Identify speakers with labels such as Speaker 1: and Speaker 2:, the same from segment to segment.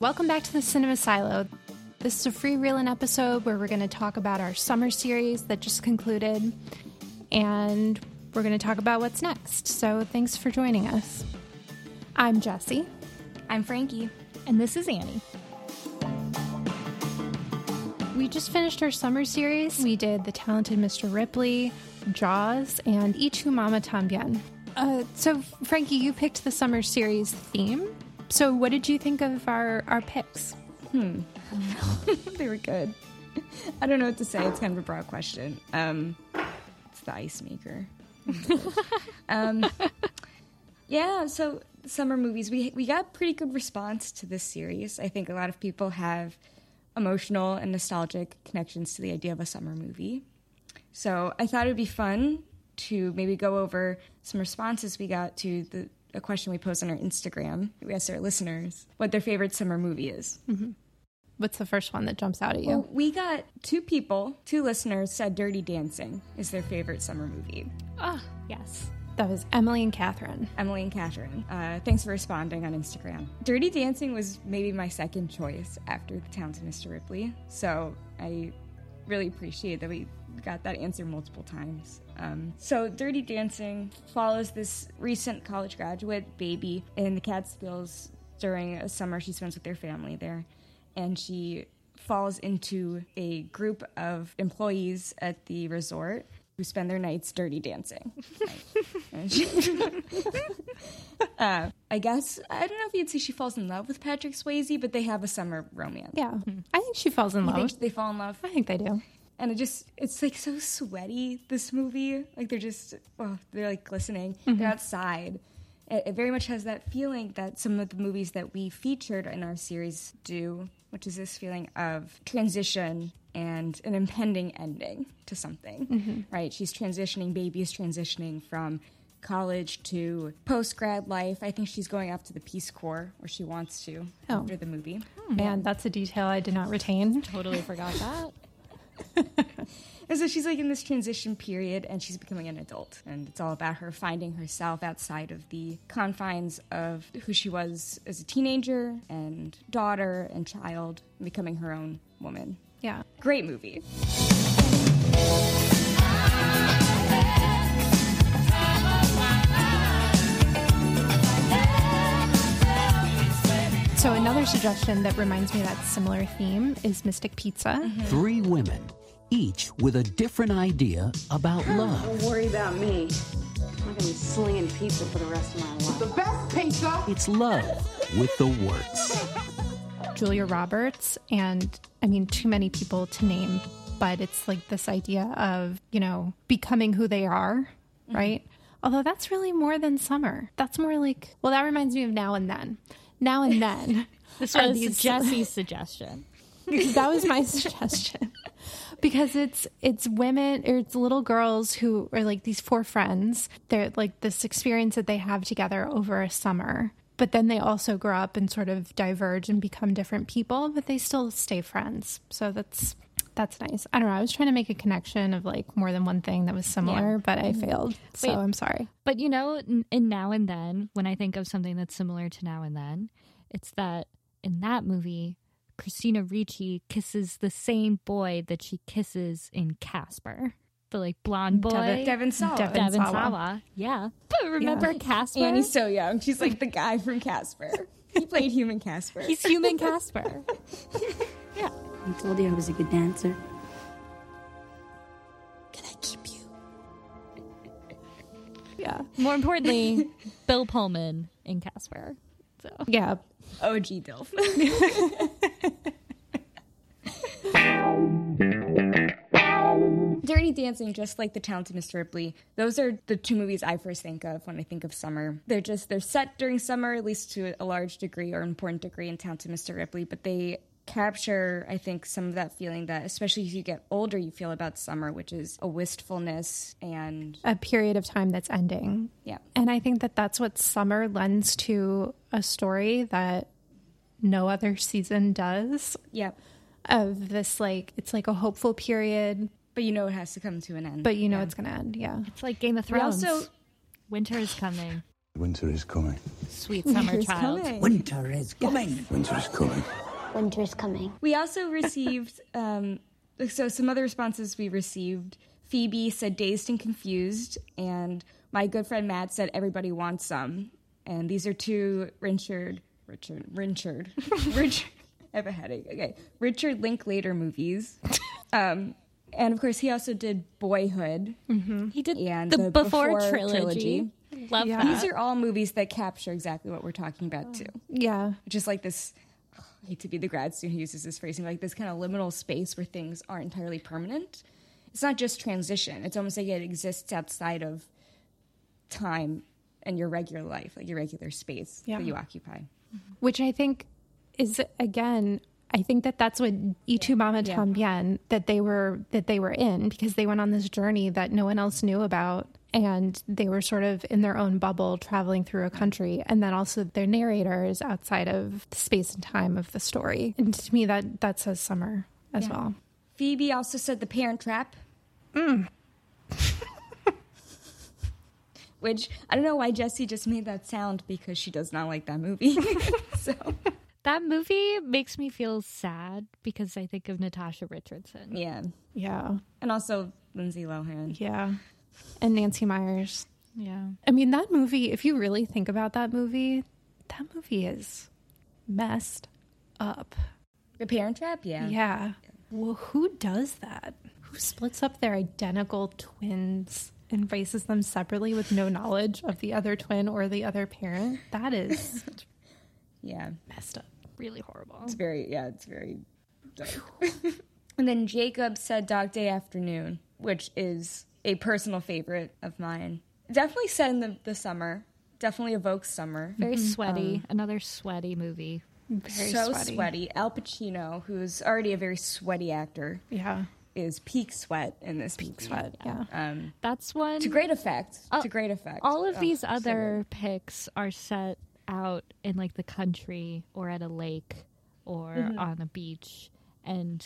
Speaker 1: Welcome back to the Cinema Silo. This is a free reeling episode where we're going to talk about our summer series that just concluded, and we're going to talk about what's next. So thanks for joining us. I'm Jessie.
Speaker 2: I'm Frankie.
Speaker 3: And this is Annie.
Speaker 1: We just finished our summer series. We did The Talented Mr. Ripley, Jaws, and Ichu Mama Tambien. Uh, so, Frankie, you picked the summer series theme. So, what did you think of our, our picks?
Speaker 2: they were good. I don't know what to say. It's kind of a broad question. Um, it's the ice maker. um, yeah. So summer movies. We we got pretty good response to this series. I think a lot of people have emotional and nostalgic connections to the idea of a summer movie. So I thought it would be fun to maybe go over some responses we got to the a question we posed on our Instagram. We asked our listeners what their favorite summer movie is.
Speaker 1: What's the first one that jumps out at you?
Speaker 2: Well, we got two people, two listeners said Dirty Dancing is their favorite summer movie.
Speaker 3: Ah, yes.
Speaker 1: That was Emily and Catherine.
Speaker 2: Emily and Catherine, uh, thanks for responding on Instagram. Dirty Dancing was maybe my second choice after The Towns of Mr. Ripley, so I really appreciate that we got that answer multiple times. Um, so, Dirty Dancing follows this recent college graduate baby in the Catskills during a summer she spends with their family there, and she falls into a group of employees at the resort who spend their nights dirty dancing. And she- uh, I guess I don't know if you'd say she falls in love with Patrick Swayze, but they have a summer romance.
Speaker 1: Yeah.
Speaker 3: Hmm.
Speaker 1: I think she falls in
Speaker 2: I
Speaker 1: love.
Speaker 2: think they fall in love,
Speaker 1: I think they do.
Speaker 2: and it just it's like so sweaty. This movie, like they're just oh, they're like glistening. They're outside. It, it very much has that feeling that some of the movies that we featured in our series do, which is this feeling of transition and an impending ending to something.
Speaker 3: Mm-hmm.
Speaker 2: Right? She's transitioning. Baby is transitioning from college to post grad life. I think she's going up to the Peace Corps, or she wants to
Speaker 1: Oh.
Speaker 2: after the movie.
Speaker 1: Man, that's a detail I did not retain.
Speaker 3: Totally forgot that.
Speaker 2: And so she's like in this transition period and she's becoming an adult. And it's all about her finding herself outside of the confines of who she was as a teenager and daughter and child, and becoming her own woman.
Speaker 1: Yeah.
Speaker 2: Great movie.
Speaker 1: So, another suggestion that reminds me of that similar theme is Mystic Pizza.
Speaker 3: Mm-hmm.
Speaker 4: Three women, each with a different idea about love.
Speaker 5: Don't worry about me. I'm not gonna be slinging pizza for the rest of my life.
Speaker 6: the best pizza
Speaker 4: It's love with the works.
Speaker 1: Julia Roberts, and I mean, too many people to name, but it's like this idea of, you know, becoming who they are,
Speaker 3: Mm-hmm.
Speaker 1: right? Although that's really more than summer. That's more like, well, that reminds me of now and then. Now and then.
Speaker 3: This
Speaker 1: are
Speaker 3: was
Speaker 1: these-
Speaker 3: Jesse's suggestion.
Speaker 1: that was my suggestion because it's it's women or it's little girls who are like these four friends they're like this experience that they have together over a summer but then they also grow up and sort of diverge and become different people but they still stay friends so that's that's nice i don't know i was trying to make a connection of like more than one thing that was similar but i failed so
Speaker 3: Wait.
Speaker 1: i'm sorry
Speaker 3: But you know, n- in Now and Then, when I think of something that's similar to Now and Then, it's that in that movie, Christina Ricci kisses the same boy that she kisses in Casper. The like blonde boy.
Speaker 1: Devin-
Speaker 2: Devin Sawa.
Speaker 1: Devin-
Speaker 3: Devin
Speaker 1: Sawa.
Speaker 3: Sawa. Yeah. But remember Casper?
Speaker 2: Annie's so young. She's like the guy from Casper. He played human Casper.
Speaker 3: He's human Casper.
Speaker 7: I told you I was a good dancer.
Speaker 1: yeah
Speaker 3: More importantly, Bill Pullman in Casper. So
Speaker 1: yeah
Speaker 2: OG Dilf. Dirty Dancing, just like The Talented Mr. Ripley, those are the two movies I first think of when I think of summer. They're just they're set during summer, at least to a large degree or important degree in Talented Mr. Ripley, but they capture I think some of that feeling that especially as you get older you feel about summer, which is a wistfulness and
Speaker 1: a period of time that's ending
Speaker 2: yeah.
Speaker 1: And I think that that's what summer lends to a story that no other season does
Speaker 2: Yeah.
Speaker 1: of this like it's like a hopeful period,
Speaker 2: But you know it has to come to an end.
Speaker 1: but you know it's going to end. Yeah.
Speaker 3: it's like Game of
Speaker 2: we
Speaker 3: Thrones.
Speaker 2: also
Speaker 3: Winter is coming.
Speaker 6: Winter is coming.
Speaker 3: Sweet summer child.
Speaker 8: Winter is coming.
Speaker 6: Winter is coming.
Speaker 9: Winter's coming.
Speaker 2: We also received, um, so some other responses we received. Phoebe said dazed and confused, and my good friend Matt said everybody wants some. And these are two Richard, Richard, Richard, Richard. I have a headache. Okay, Richard Linklater movies. Um, and of course, he also did Boyhood
Speaker 3: He did
Speaker 2: and
Speaker 3: the,
Speaker 2: the
Speaker 3: before,
Speaker 2: Before
Speaker 3: trilogy. Love
Speaker 1: Yeah.
Speaker 2: These
Speaker 3: that.
Speaker 2: are all movies that capture exactly what we're talking about too.
Speaker 1: Yeah.
Speaker 2: Just like this, I hate to be the grad student who uses this phrasing, like this kind of liminal space where things aren't entirely permanent. It's not just transition. It's almost like it exists outside of time and your regular life, like your regular space
Speaker 1: Yeah.
Speaker 2: that you occupy.
Speaker 1: which I think is again. I think that that's what Itu Mama
Speaker 2: Yeah.
Speaker 1: Tambien that they were that they were in because they went on this journey that no one else knew about and they were sort of in their own bubble traveling through a country and then also their narrator is outside of the space and time of the story and to me that that says summer as well
Speaker 2: Phoebe also said The Parent Trap. Which I don't know why Jessie just made that sound because she does not like that movie. so
Speaker 3: That movie makes me feel sad because I think of Natasha Richardson.
Speaker 2: yeah,
Speaker 1: yeah
Speaker 2: and also Lindsay Lohan.
Speaker 1: yeah and Nancy Myers
Speaker 3: Yeah.
Speaker 1: I mean that movie if you really think about that movie that movie is messed up
Speaker 2: The Parent Trap, yeah.
Speaker 1: Yeah. Well, who does that? Who splits up their identical twins and raises them separately with no knowledge of the other twin or the other parent? That is
Speaker 2: Yeah.
Speaker 1: messed up.
Speaker 3: Really horrible.
Speaker 2: It's very, yeah, it's very dark. and then Jacob said Dog Day Afternoon, which is a personal favorite of mine. Definitely set in the, the summer, definitely evokes summer.
Speaker 3: Very sweaty. Another sweaty movie.
Speaker 1: Very
Speaker 2: so
Speaker 1: sweaty.
Speaker 2: sweaty. Al Pacino, who's already a very sweaty actor,
Speaker 1: Yeah.
Speaker 2: is peak sweat in this peak sweat.
Speaker 1: Yeah.
Speaker 2: Um,
Speaker 3: That's one.
Speaker 2: to great effect.
Speaker 3: Uh,
Speaker 2: to great effect.
Speaker 3: All of
Speaker 2: Oh,
Speaker 3: these
Speaker 2: so
Speaker 3: other picks are set out in like the country or at a lake or
Speaker 2: Mm-hmm.
Speaker 3: on a beach. And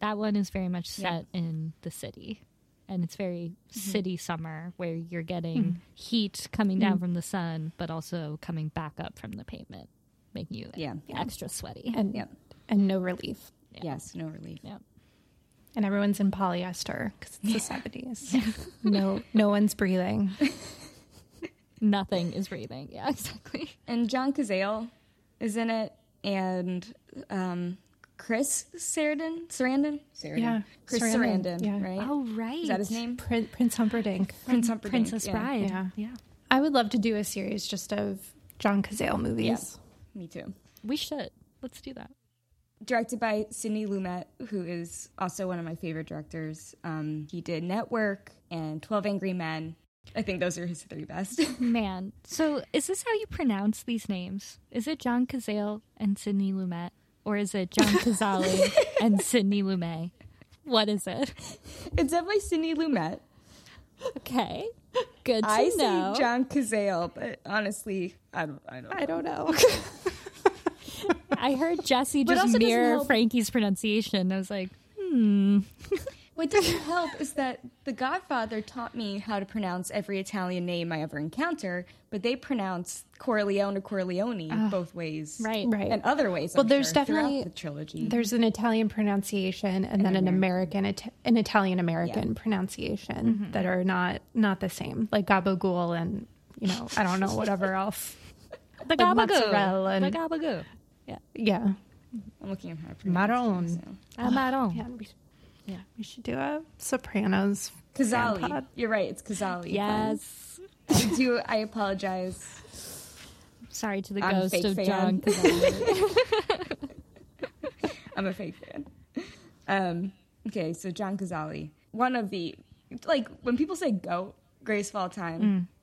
Speaker 3: that one is very much set in the city. And it's very
Speaker 2: Mm-hmm.
Speaker 3: city summer where you're getting heat coming
Speaker 2: Mm-hmm.
Speaker 3: down from the sun, but also coming back up from the pavement, making you
Speaker 2: Yeah.
Speaker 3: extra sweaty.
Speaker 1: And
Speaker 2: Yep.
Speaker 1: and no relief.
Speaker 2: good. Yes, no relief.
Speaker 3: yeah.
Speaker 1: And everyone's in polyester because it's the 70s. no no one's breathing.
Speaker 3: Nothing is breathing. Yeah, exactly.
Speaker 2: And John Cazale is in it, and um, Chris Sarandon, Sarandon, Sarandon,
Speaker 1: Yeah,
Speaker 2: Chris
Speaker 1: Sarandon,
Speaker 2: Sarandon,
Speaker 1: yeah.
Speaker 2: right?
Speaker 3: Oh, right.
Speaker 2: Is that his name?
Speaker 1: Prin- Prince Humperdinck.
Speaker 2: Prince Humperdinck.
Speaker 3: Princess
Speaker 2: yeah.
Speaker 3: Bride.
Speaker 1: Yeah.
Speaker 3: yeah.
Speaker 1: I would love to do a series just of John Cazale movies.
Speaker 2: Me too.
Speaker 3: We should. Let's do that.
Speaker 2: Directed by Sidney Lumet, who is also one of my favorite directors. Um, he did Network and Twelve Angry Men. I think those are his three best.
Speaker 3: Man, so is this how you pronounce these names? Is it John Cazale and Sidney Lumet, or is it John Cazale and Sidney Lumet? What is it?
Speaker 2: it's done by Sidney Lumet.
Speaker 3: Okay, good to
Speaker 2: I
Speaker 3: know.
Speaker 2: say John Cazale, but honestly, I don't. I don't. Know.
Speaker 1: know.
Speaker 3: I heard Jesse
Speaker 2: But also
Speaker 3: just
Speaker 2: doesn't
Speaker 3: mirror
Speaker 2: help-
Speaker 3: Frankie's pronunciation. I was like,
Speaker 2: What doesn't help is that The Godfather taught me how to pronounce every Italian name I ever encounter, but they pronounce Corleone or Corleone both ways,
Speaker 3: right,
Speaker 1: Ah, right.
Speaker 2: And other ways.
Speaker 1: Well,
Speaker 2: I'm
Speaker 1: there's
Speaker 2: sure,
Speaker 1: definitely-
Speaker 2: throughout the trilogy.
Speaker 1: There's an Italian pronunciation and then an American, Mm-hmm. Ita- an Italian American pronunciation that are not not the same, like gabagool and you know I don't know whatever else.
Speaker 3: The gabagoo,
Speaker 1: mozzarella and-
Speaker 3: the gabagoo.
Speaker 1: Yeah,
Speaker 2: I'm looking at how to
Speaker 1: Maroon.
Speaker 2: pronounce it,
Speaker 3: Amaron.
Speaker 1: yeah, we, yeah. We should do a Sopranos.
Speaker 2: so. Cazali.
Speaker 1: Grandpa.
Speaker 2: You're right. It's Cazali.
Speaker 3: Yes.
Speaker 2: I do. I apologize.
Speaker 3: Sorry to the
Speaker 2: I'm a
Speaker 3: ghost
Speaker 2: fake
Speaker 3: of
Speaker 2: fan.
Speaker 3: John Cazale.
Speaker 2: I'm a fake fan. Um, okay, so John Cazale, one of the like when people say goat, greatest of all time,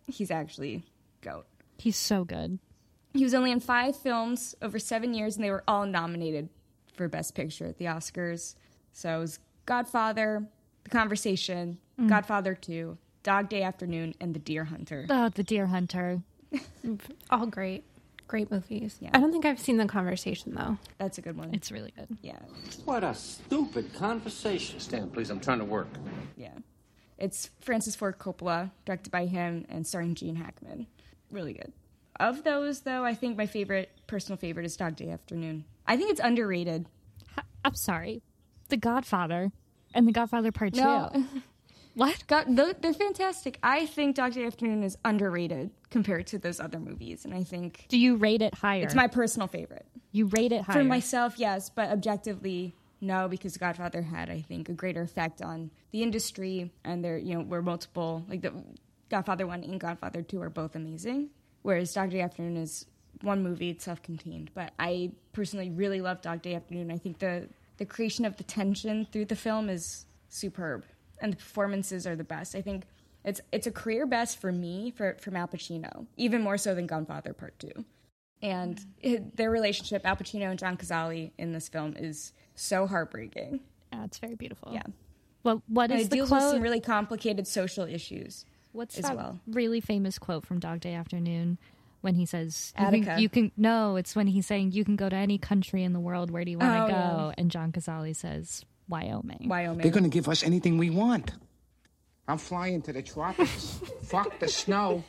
Speaker 1: Mm.
Speaker 2: he's actually goat.
Speaker 3: He's so good.
Speaker 2: He was only in five films over seven years, and they were all nominated for Best Picture at the Oscars. So it was Godfather, The Conversation, Godfather 2, Dog Day Afternoon, and The Deer Hunter.
Speaker 3: Oh, the Deer Hunter.
Speaker 1: All great, great movies.
Speaker 2: Yeah.
Speaker 1: I don't think I've seen the conversation though.
Speaker 2: That's a good one.
Speaker 3: It's really good.
Speaker 2: yeah,
Speaker 10: What a stupid conversation. Stan, please, I'm trying to work.
Speaker 2: yeah. It's Francis Ford Coppola, directed by him and starring Gene Hackman. Really good. Of those, though, I think my favorite, personal favorite, is Dog Day Afternoon. I think it's underrated.
Speaker 3: I'm sorry. The Godfather and The Godfather Part Two.
Speaker 2: What? God, tho- they're fantastic. I think Dog Day Afternoon is underrated compared to those other movies, and I think
Speaker 3: Do you rate it higher?
Speaker 2: it's my personal favorite.
Speaker 3: you rate it higher.
Speaker 2: For myself, yes, but objectively, no, because Godfather had, I think, a greater effect on the industry, and there, you know, were multiple like the Godfather One and Godfather Two are both amazing, whereas Dog Day Afternoon is one movie, it's self-contained. But I personally really love Dog Day Afternoon. I think the the creation of the tension through the film is superb, and the performances are the best. I think. It's, it's a career best for me for, from Al Pacino, even more so than Godfather Part 2 and it, their relationship, Al Pacino and John Cazale in this film, is so heartbreaking.
Speaker 3: yeah, it's very beautiful.
Speaker 2: Yeah,
Speaker 3: Well, what
Speaker 2: and
Speaker 3: is
Speaker 2: it
Speaker 3: the
Speaker 2: deals with
Speaker 3: quote?
Speaker 2: some really complicated social issues.
Speaker 3: What's
Speaker 2: as
Speaker 3: that
Speaker 2: well.
Speaker 3: really famous quote from Dog Day Afternoon when he says, you
Speaker 2: Attica.
Speaker 3: can, you can- no, it's when he's saying, you can go to any country in the world. Where do you want to
Speaker 2: Oh,
Speaker 3: go?
Speaker 2: yeah.
Speaker 3: And John Cazale says, Wyoming.
Speaker 6: They're
Speaker 2: Wyoming.
Speaker 6: going to give us anything we want. I'm flying to the tropics. Fuck the snow.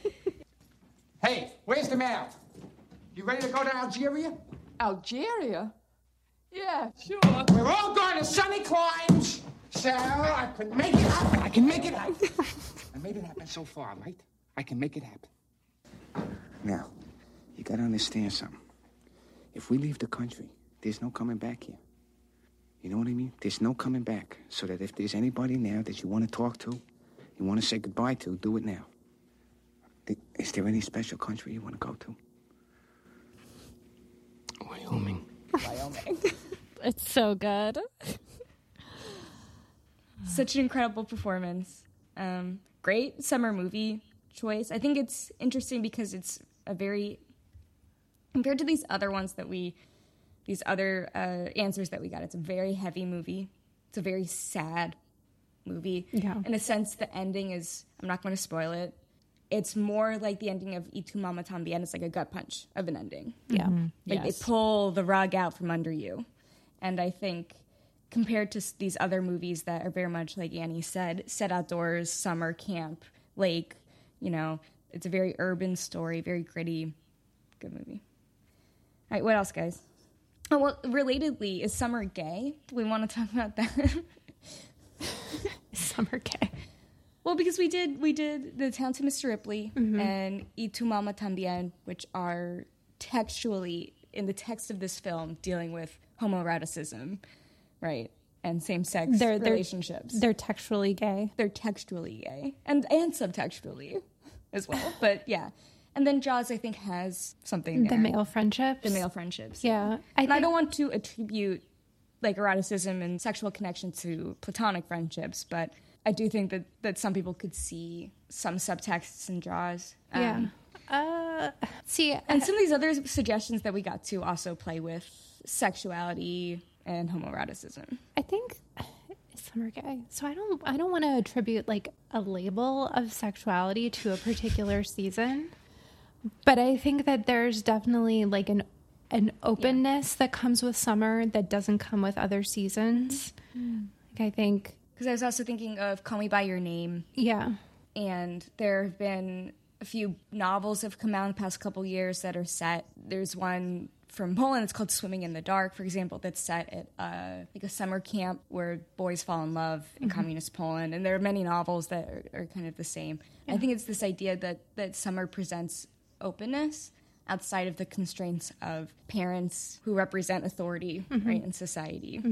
Speaker 6: Hey, where's the mail? You ready to go to Algeria?
Speaker 8: Algeria? Yeah, sure.
Speaker 6: We're all going to sunny climes. So I can make it happen. I can make it happen. I made it happen so far, right? I can make it happen. Now, you got to understand something. If we leave the country, there's no coming back here. You know what I mean? There's no coming back. So that if there's anybody now that you want to talk to, you want to say goodbye to, do it now. Th- Is there any special country you want to go to? Wyoming.
Speaker 3: It's so good.
Speaker 2: Such an incredible performance. Um, great summer movie choice. I think it's interesting because it's a very compared to these other ones that we these other uh, answers that we got. It's a very heavy movie. It's a very sad movie.
Speaker 1: Yeah.
Speaker 2: In a sense, the ending is I'm not going to spoil it. It's more like the ending of Itu Mama Tambi, and it's like a gut punch of an ending.
Speaker 1: Yeah.
Speaker 2: Like
Speaker 3: Yes.
Speaker 2: they pull the rug out from under you. And I think compared to s- these other movies that are very much like Annie said, set outdoors, summer camp, lake, you know, it's a very urban story, very gritty. Good movie. All right, what else, guys? Oh, well, relatedly, is summer gay? Do we want to talk about that?
Speaker 1: Summer K.
Speaker 2: Well, because we did we did the town to Mr. Ripley
Speaker 1: Mm-hmm.
Speaker 2: and Y tu mama tambien, which are textually in the text of this film dealing with homoeroticism, right, and same sex
Speaker 1: They're- they're-
Speaker 2: relationships. They're,
Speaker 1: They're textually gay.
Speaker 2: textually gay and and subtextually as well, but yeah. And then Jaws, I think, has something
Speaker 1: The
Speaker 2: there.
Speaker 1: male friendships.
Speaker 2: the male friendships.
Speaker 1: Yeah. I
Speaker 2: And I
Speaker 1: think-
Speaker 2: don't want to attribute like eroticism and sexual connection to platonic friendships, but I do think that, that some people could see some subtexts and draws. Um,
Speaker 1: Yeah. Uh, see,
Speaker 2: And some of these other suggestions that we got to also play with sexuality and homoeroticism.
Speaker 1: I think it's summer gay. So I don't I don't want to attribute like a label of sexuality to a particular season. But I think that there's definitely like an an openness that comes with summer that doesn't come with other seasons. Like I think
Speaker 2: Because I was also thinking of Call Me By Your Name,
Speaker 1: yeah.
Speaker 2: and there have been a few novels have come out in the past couple years that are set. There's one from Poland. It's called Swimming in the Dark, for example. That's set at uh, like a summer camp where boys fall in love in communist Poland, and there are many novels that are, are kind of the same. I think it's this idea that that summer presents openness outside of the constraints of parents who represent authority right in society.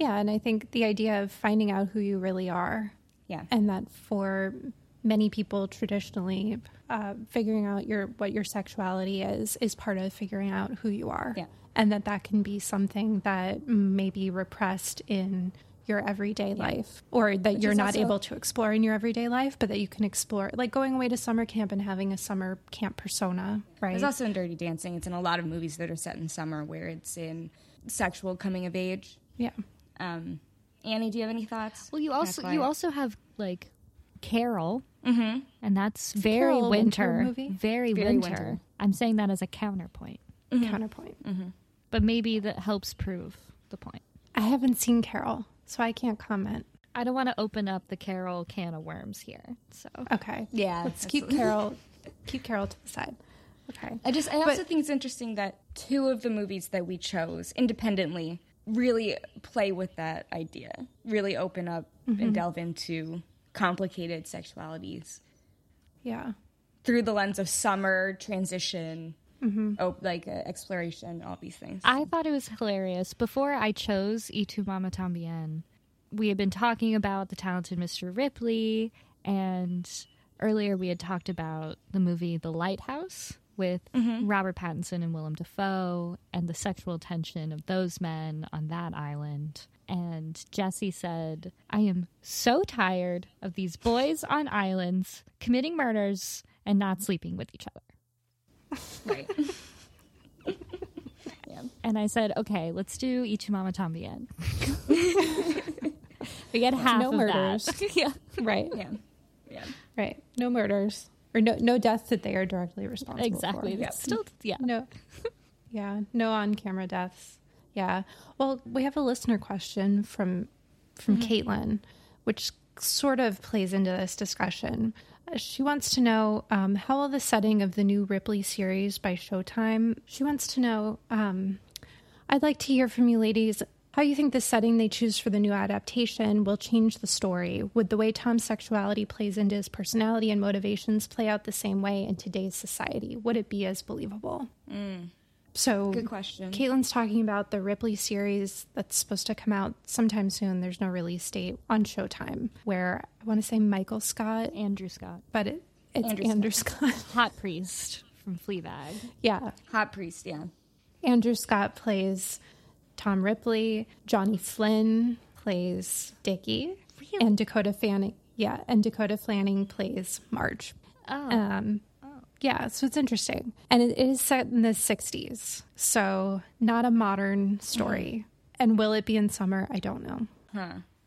Speaker 1: Yeah, and I think the idea of finding out who you really are
Speaker 2: Yeah.
Speaker 1: and that for many people traditionally uh, figuring out your what your sexuality is is part of figuring out who you are
Speaker 2: Yeah.
Speaker 1: and that that can be something that may be repressed in your everyday life or that you're
Speaker 2: is
Speaker 1: not
Speaker 2: also-
Speaker 1: able to explore in your everyday life but that you can explore like going away to summer camp and having a summer camp persona right
Speaker 2: There's also in Dirty Dancing. It's in a lot of movies that are set in summer where it's in sexual coming of age.
Speaker 1: yeah
Speaker 2: Um, Annie, do you have any thoughts?
Speaker 3: Well, you also
Speaker 2: That's
Speaker 3: you
Speaker 2: why-
Speaker 3: also have like Carol,
Speaker 2: Mm-hmm.
Speaker 3: and that's very
Speaker 1: Carol a winter
Speaker 3: winter,
Speaker 1: movie?
Speaker 3: very,
Speaker 2: Very
Speaker 3: winter.
Speaker 2: winter.
Speaker 3: I'm saying that as a counterpoint,
Speaker 2: Mm-hmm.
Speaker 1: counterpoint
Speaker 3: but maybe that helps prove the point.
Speaker 1: i haven't seen carol so i can't comment
Speaker 3: I don't want to open up the Carol can of worms here. So
Speaker 1: okay
Speaker 2: Yeah,
Speaker 1: let's keep carol keep carol to the side Okay.
Speaker 2: I just I also
Speaker 1: But-
Speaker 2: think it's interesting that two of the movies that we chose independently really play with that idea, really open up and delve into complicated sexualities
Speaker 1: Yeah.
Speaker 2: through the lens of summer transition, oh, like uh, exploration, all these things.
Speaker 3: I thought it was hilarious. Before I chose E Tu Mama Tambien, we had been talking about The Talented Mr. Ripley, and earlier we had talked about the movie The Lighthouse with Robert Pattinson and Willem Dafoe and the sexual tension of those men on that island. And Jesse said, I am so tired of these boys on islands committing murders and not sleeping with each other.
Speaker 2: right.
Speaker 3: And I said, okay, let's do Ichimama Tambien. we get half
Speaker 9: No
Speaker 3: of
Speaker 9: murders.
Speaker 3: that. yeah.
Speaker 1: Right.
Speaker 2: Yeah. Yeah.
Speaker 1: Right. No murders or no no deaths that they are directly responsible
Speaker 3: Exactly.
Speaker 1: for.
Speaker 3: It's Still, yeah.
Speaker 1: No. Yeah, no on-camera deaths. Yeah. Well, we have a listener question from from Caitlin, which sort of plays into this discussion. Uh, She wants to know um, how will the setting of the new Ripley series by Showtime. She wants to know. Um, I'd like to hear from you, ladies. How you think the setting they choose for the new adaptation will change the story? Would the way Tom's sexuality plays into his personality and motivations play out the same way in today's society? Would it be as believable? So,
Speaker 2: Good question.
Speaker 1: Caitlin's talking about the Ripley series that's supposed to come out sometime soon. There's no release date on Showtime, where I want to say Michael Scott,
Speaker 3: Andrew Scott,
Speaker 1: but it, it's
Speaker 2: Andrew
Speaker 1: Andrew,
Speaker 2: Scott.
Speaker 1: Scott.
Speaker 3: hot priest from Fleabag.
Speaker 1: yeah.
Speaker 2: Hot priest, yeah.
Speaker 1: Andrew Scott plays Tom Ripley, Johnny Flynn plays Dickie, and Dakota Fanning. Yeah, and Dakota Fanning plays Marge.
Speaker 3: Oh.
Speaker 1: Um, Yeah, so it's interesting. And it, it is set in the 60s, so not a modern story. And will it be in summer? I don't know.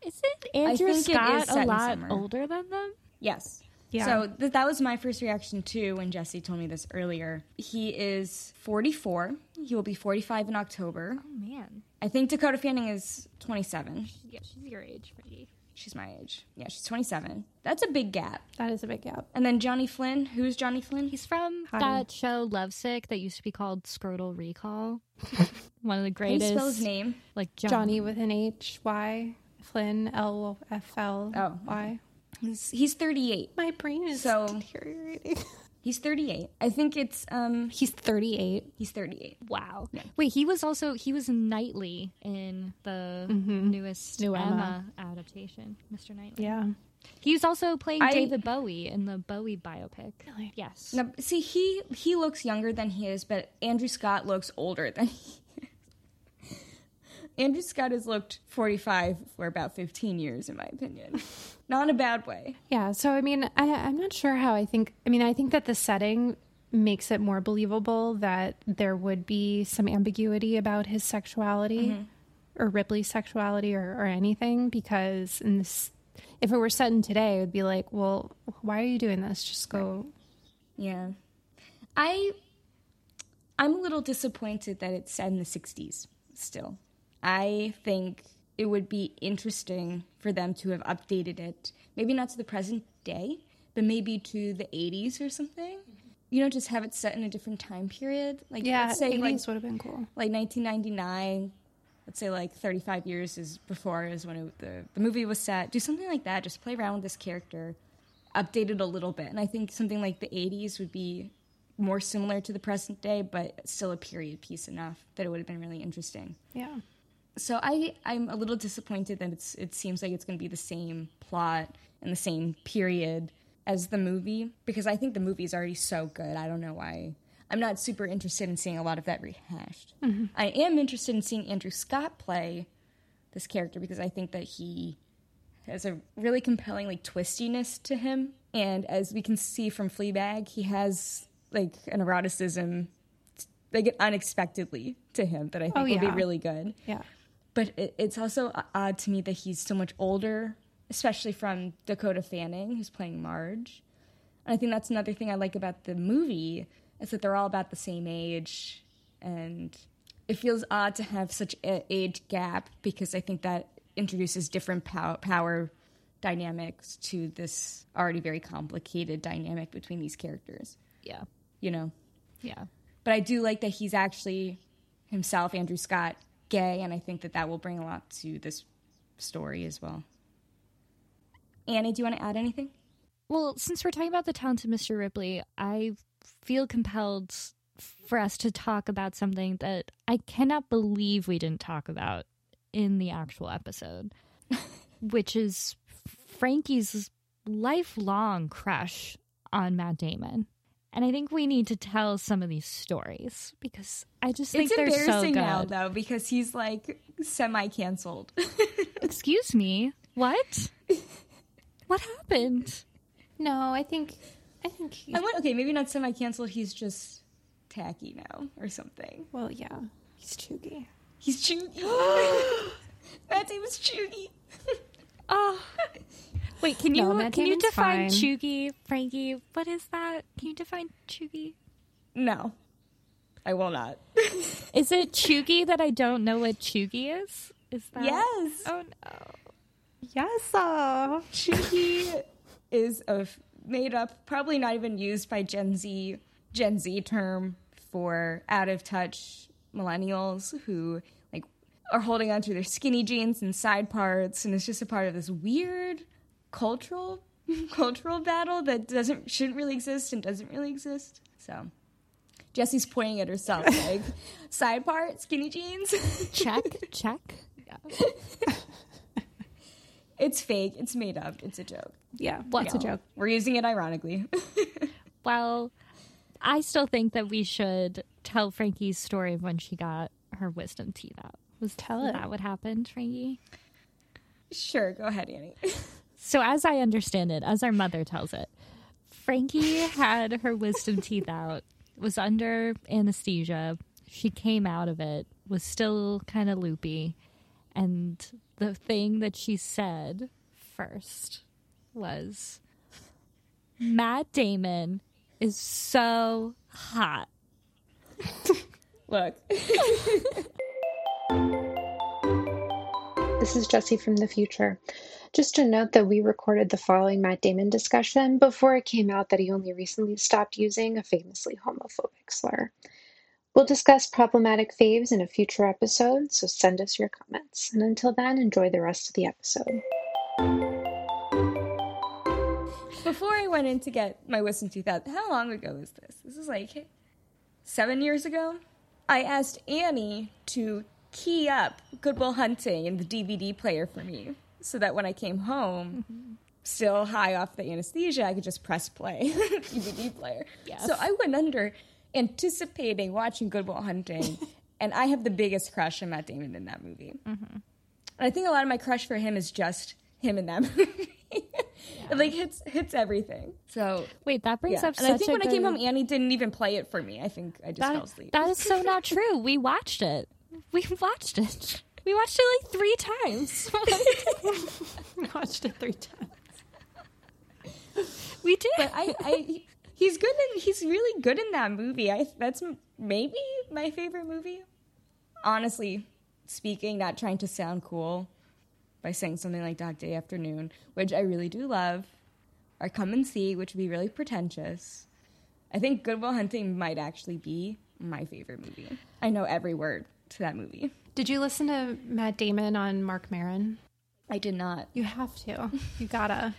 Speaker 3: Isn't Andrew
Speaker 2: think it
Speaker 3: Scott
Speaker 2: is set
Speaker 3: a
Speaker 2: in
Speaker 3: lot
Speaker 2: summer.
Speaker 3: older than them?
Speaker 2: Yes.
Speaker 1: Yeah.
Speaker 2: So th- that was my first reaction too when Jesse told me this earlier. He is 44. He will be 45 in October.
Speaker 3: Man.
Speaker 2: I think Dakota Fanning is 27.
Speaker 3: Yeah, she's your age, Freddie.
Speaker 2: She's my age. Yeah, she's 27. That's a big gap.
Speaker 1: That is a big gap.
Speaker 2: And then Johnny Flynn. Who's Johnny Flynn?
Speaker 3: He's from that show Lovesick that used to be called Scrotal Recall. One of the
Speaker 2: How do you
Speaker 3: greatest.
Speaker 2: spell his name?
Speaker 3: Like John.
Speaker 1: Johnny with an H, Y, Flynn, L, F, L,
Speaker 2: Oh.
Speaker 1: Y.
Speaker 2: He's, he's 38.
Speaker 1: My brain is
Speaker 2: So-
Speaker 1: deteriorating.
Speaker 2: He's 38. I think it's um
Speaker 1: He's 38.
Speaker 2: he's 38.
Speaker 3: Wow. Wait, he was also he was Knightley in the newest
Speaker 1: New
Speaker 3: Emma. adaptation, Mr. Knightley.
Speaker 1: Yeah.
Speaker 3: He's also playing
Speaker 2: I-
Speaker 3: David Bowie in the Bowie biopic.
Speaker 1: Really?
Speaker 3: Yes.
Speaker 2: Now, see he he looks younger than he is, but Andrew Scott looks older than he is. Andrew Scott has looked 45 for about 15 years in my opinion. Not in a bad way.
Speaker 1: Yeah, so I mean, I, I'm not sure how I think. I mean, I think that the setting makes it more believable that there would be some ambiguity about his sexuality
Speaker 2: Mm-hmm.
Speaker 1: or Ripley's sexuality or, or anything because in this, if it were set in today, it would be like, well, why are you doing this? Just go.
Speaker 2: Yeah. I I'm a little disappointed that it's set in the 60s still. I think it would be interesting for them to have updated it, maybe not to the present day, but maybe to the 80s or something. You know, just have it set in a different time period. Like,
Speaker 1: Yeah,
Speaker 2: let's say
Speaker 1: 80s
Speaker 2: like,
Speaker 1: would have been cool.
Speaker 2: like 1999, let's say like 35 years is before is when it, the, the movie was set. Do something like that. Just play around with this character, update it a little bit. And I think something like the 80s would be more similar to the present day, but still a period piece enough that it would have been really interesting.
Speaker 1: Yeah.
Speaker 2: So I, I'm a little disappointed that it's it seems like it's going to be the same plot and the same period as the movie because I think the movie is already so good. I don't know why. I'm not super interested in seeing a lot of that rehashed.
Speaker 1: Mm-hmm.
Speaker 2: I am interested in seeing Andrew Scott play this character because I think that he has a really compelling like twistiness to him, and as we can see from Fleabag, he has like an eroticism like unexpectedly to him that I think
Speaker 1: Oh,
Speaker 2: will
Speaker 1: yeah.
Speaker 2: be really good
Speaker 1: Yeah.
Speaker 2: but it, it's also o- odd to me that he's so much older, especially from Dakota Fanning, who's playing Marge. And I think that's another thing I like about the movie is that they're all about the same age, and it feels odd to have such an age gap because I think that introduces different pow- power dynamics to this already very complicated dynamic between these characters.
Speaker 3: yeah.
Speaker 2: You know,
Speaker 3: Yeah.
Speaker 2: But I do like that he's actually himself, Andrew Scott, gay, and I think that that will bring a lot to this story as well. Annie, do you want to add anything?
Speaker 3: Well, since we're talking about the talented Mr. Ripley, I feel compelled for us to talk about something that I cannot believe we didn't talk about in the actual episode, which is Frankie's lifelong crush on Matt Damon. And I think we need to tell some of these stories because I just think
Speaker 2: it's
Speaker 3: they're so
Speaker 2: embarrassing
Speaker 3: good.
Speaker 2: now, though, because he's like semi canceled.
Speaker 3: Excuse me, what? what happened?
Speaker 1: No, I think I think he,
Speaker 2: I went, okay, maybe not semi canceled. He's just tacky now or something.
Speaker 1: well, yeah. He's too gay.
Speaker 2: He's chuggy. Matt Damon's chuggy.
Speaker 3: Oh, wait. Can you
Speaker 1: No, Matt
Speaker 3: can you
Speaker 1: Damon's
Speaker 3: define
Speaker 1: fine.
Speaker 3: Chugi, Frankie? What is that? Can you define Chugi?
Speaker 2: No, I will not.
Speaker 3: Is it Chugi that I don't know what Chugi is? Is that
Speaker 2: Yes.
Speaker 3: Oh no.
Speaker 1: Yes. Uh,
Speaker 2: Chuggy is a f- made up, probably not even used by Gen Z, Gen Z term for out of touch millennials who like are holding on to their skinny jeans and side parts, and it's just a part of this weird cultural cultural battle that doesn't shouldn't really exist and doesn't really exist. So. Jesse's pointing at herself, like side part, skinny jeans.
Speaker 3: Check check.
Speaker 2: It's fake. It's made up. It's a joke.
Speaker 1: yeah. What's
Speaker 2: No. We're using it ironically.
Speaker 3: Well, I still think that we should tell Frankie's story of when she got her wisdom teeth out. Was
Speaker 1: Tell it.
Speaker 3: that what happened, Frankie?
Speaker 2: Sure, go ahead, Annie.
Speaker 3: So, as I understand it, as our mother tells it, Frankie had her wisdom teeth out, was under anesthesia. She came out of it, was still kind of loopy. And the thing that she said first was Matt Damon is so hot.
Speaker 2: Look,
Speaker 9: This is Jessie from the future. Just to note that we recorded the following Matt Damon discussion before it came out that he only recently stopped using a famously homophobic slur. We'll discuss problematic faves in a future episode, so send us your comments. And until then, enjoy the rest of the episode.
Speaker 2: before I went in to get my wisdom teeth out, how long ago was this? This is like seven years ago. I asked Annie to key up Goodwill Hunting in the DVD player for me so that when I came home, still high off the anesthesia, I could just press play DVD player. So I went under anticipating watching Goodwill Hunting, and I have the biggest crush on Matt Damon in that movie. And I think a lot of my crush for him is just him in that movie. It like hits hits everything. So
Speaker 3: Wait, that brings
Speaker 2: yeah.
Speaker 3: up
Speaker 2: And
Speaker 3: such
Speaker 2: I think
Speaker 3: a
Speaker 2: when
Speaker 3: good...
Speaker 2: I came home, Annie didn't even play it for me. I think I just fell
Speaker 3: that,
Speaker 2: asleep.
Speaker 3: that is so not true. We watched it. We watched it. We watched it like three times.
Speaker 1: watched it three times.
Speaker 3: we did.
Speaker 2: but I, I he- he's good in he's really good in that movie. I that's m- maybe my favorite movie. Honestly speaking, not trying to sound cool by saying something like Dog Day Afternoon, which I really do love, or Come and See, which would be really pretentious. I think Goodwill Hunting might actually be my favorite movie. I know every word to that movie.
Speaker 1: Did you listen to Matt Damon on Mark Maron?
Speaker 2: I did not.
Speaker 1: You have to. You gotta.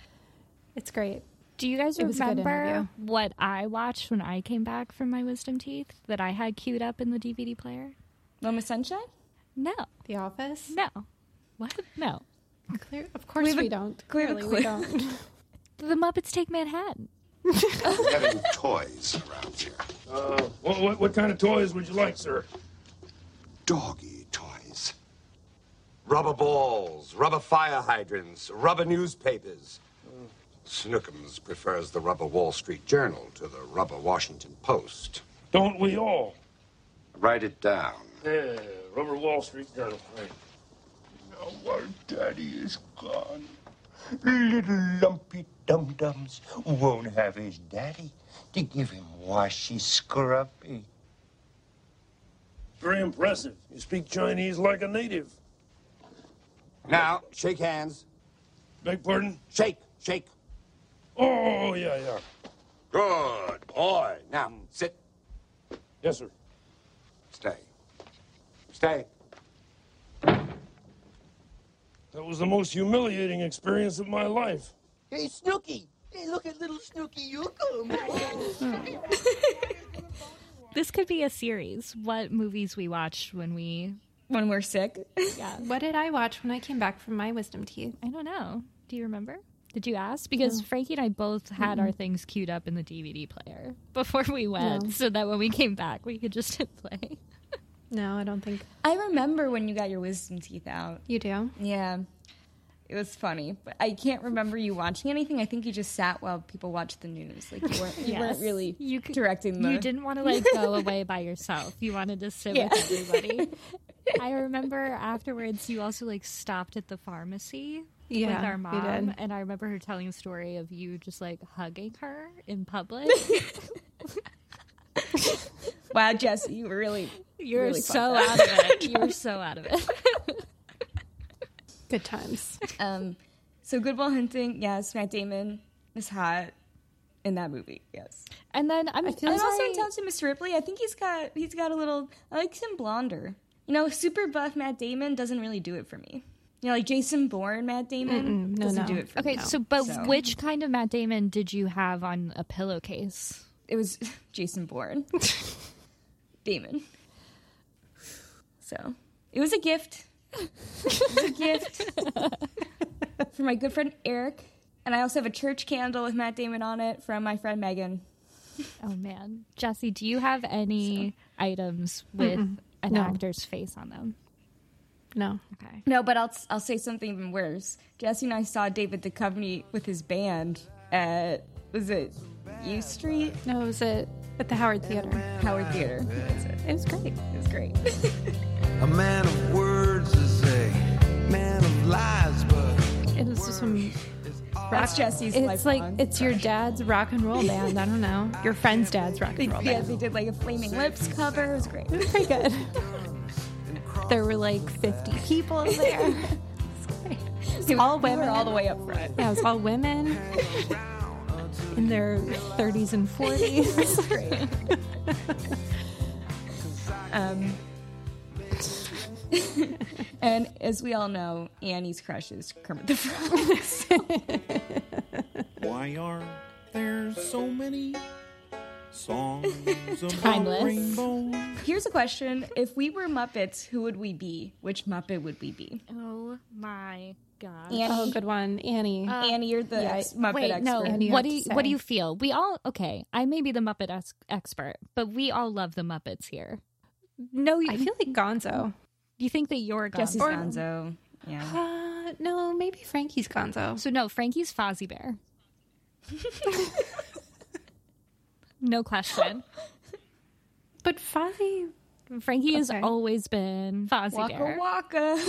Speaker 1: It's great.
Speaker 3: Do you guys
Speaker 1: It was a good
Speaker 3: remember
Speaker 1: interview.
Speaker 3: what I watched when I came back from my wisdom teeth that I had queued up in the DVD player?
Speaker 2: Loma Sunshine?
Speaker 3: No,
Speaker 1: The Office.
Speaker 3: no. What? No.
Speaker 1: Clear. Of course we,
Speaker 2: have a-
Speaker 1: don't.
Speaker 2: we have a
Speaker 1: Clearly we
Speaker 2: clue.
Speaker 1: don't.
Speaker 3: The Muppets Take Manhattan.
Speaker 11: having toys around here.
Speaker 10: What, what, what kind of toys would you like, sir?
Speaker 11: Doggy toys. Rubber balls, rubber fire hydrants, rubber newspapers. Snookums prefers the rubber Wall Street Journal to the rubber Washington Post.
Speaker 10: Don't we all?
Speaker 11: Write it down.
Speaker 10: Yeah, Rubber Wall Street Journal. Right.
Speaker 11: Now our daddy is gone. Little lumpy dum dums won't have his daddy to give him washy scruffy.
Speaker 10: Very impressive. You speak Chinese like a native.
Speaker 11: Now, shake hands.
Speaker 10: Beg pardon?
Speaker 11: Shake, shake.
Speaker 10: Oh, yeah, yeah.
Speaker 11: Good boy. Now, sit. Yes, sir. Stay. Stay.
Speaker 12: That was the most humiliating experience of my life.
Speaker 13: Hey, Snooky! Hey, look at little Snooky Yukum!
Speaker 3: This could be a series. What movies we watched when we
Speaker 2: when we're sick?
Speaker 3: Yeah.
Speaker 1: What did I watch when I came back from my wisdom teeth?
Speaker 3: I don't know. Do you remember? Did you ask? Because Frankie and I both had our things queued up in the DVD player before we went,
Speaker 1: No.
Speaker 3: so that when we came back, we could just hit play.
Speaker 1: No, I don't think
Speaker 2: I remember when you got your wisdom teeth out.
Speaker 1: you do.
Speaker 2: Yeah. It was funny, but I can't remember you watching anything. I think you just sat while people watched the news. Like you weren't, you
Speaker 3: Yes.
Speaker 2: weren't really
Speaker 3: You c-
Speaker 2: directing the.
Speaker 3: You didn't want to like go away by yourself. You wanted to sit
Speaker 2: Yeah.
Speaker 3: with everybody. I remember afterwards you also like stopped at the pharmacy
Speaker 1: Yeah,
Speaker 3: with our
Speaker 1: we
Speaker 3: mom.
Speaker 1: did.
Speaker 3: And I remember her telling a story of you just like hugging her in public.
Speaker 2: Wow, Jess, you were really.
Speaker 3: You were
Speaker 2: really fucked
Speaker 3: so
Speaker 2: up.
Speaker 3: out of it. You were so out of it.
Speaker 1: Good times.
Speaker 2: Um, so Goodwill Hunting, yes. Matt Damon, Miss Hot, in that movie, yes.
Speaker 3: And then I'm
Speaker 2: And also in Talented Mr. Ripley, I think he's got he's got a little. I like him blonder. You know, super buff Matt Damon doesn't really do it for me. You know, like Jason Bourne, Matt Damon
Speaker 3: Mm-mm, no,
Speaker 2: doesn't
Speaker 3: no.
Speaker 2: do it for
Speaker 3: okay,
Speaker 2: me.
Speaker 3: so but which kind of Matt Damon did you have on a pillowcase?
Speaker 2: It was Jason Bourne. Damon. So it was a gift. It was a gift from my good friend Eric. And I also have a church candle with Matt Damon on it from my friend Megan.
Speaker 3: Oh man, Jesse, do you have any items with
Speaker 2: Mm-mm.
Speaker 3: an
Speaker 2: No.
Speaker 3: actor's face on them?
Speaker 1: No.
Speaker 3: Okay.
Speaker 2: No, but I'll I'll say something even worse. Jesse and I saw David Duchovny with his band at was it U Street?
Speaker 1: No, it was at at the Howard Theater.
Speaker 2: Howard Theater. That's it.
Speaker 1: It was great.
Speaker 2: It was great.
Speaker 14: A man of words is a man of lies, but
Speaker 1: It was just some.
Speaker 2: That's Jesse's
Speaker 1: It's like it's your dad's rock and roll band. I don't know. Your friend's dad's rock and roll
Speaker 2: yeah,
Speaker 1: band.
Speaker 2: they did like a Flaming Lips cover. It was great. It was
Speaker 1: pretty good. There were like 50 people there. It's great. all women.
Speaker 2: all the way up front.
Speaker 1: Yeah, it was all women in their 30s and 40s.
Speaker 2: Um, and as we all know, Annie's crush is Kermit the Frog.
Speaker 15: Why are there so many songs
Speaker 3: Oh
Speaker 15: about
Speaker 2: Timeless.
Speaker 15: rainbows?
Speaker 2: Here's a question: If we were Muppets, who would we be? Which Muppet would we be?
Speaker 3: Oh my god.
Speaker 2: Annie.
Speaker 1: Oh, good one. Annie.
Speaker 2: Annie, you're the ex- Muppet
Speaker 3: wait,
Speaker 2: expert.
Speaker 3: no.
Speaker 2: What do you have
Speaker 3: what do
Speaker 2: to
Speaker 3: you, what do
Speaker 2: say?
Speaker 3: you feel? We all okay. I may be the Muppet ex- expert, but we all love the Muppets here. No, you,
Speaker 1: I feel like Gonzo.
Speaker 3: You think that you're Gonzo?
Speaker 1: Jesse's
Speaker 2: Gonzo. Yeah.
Speaker 1: Uh, no, maybe Frankie's Gonzo.
Speaker 3: So no, Frankie's Fozzie Bear. no question.
Speaker 1: But Fozzie,
Speaker 3: Frankie has
Speaker 1: Okay.
Speaker 3: always been Fozzie
Speaker 2: Waka
Speaker 3: Bear.
Speaker 2: waka.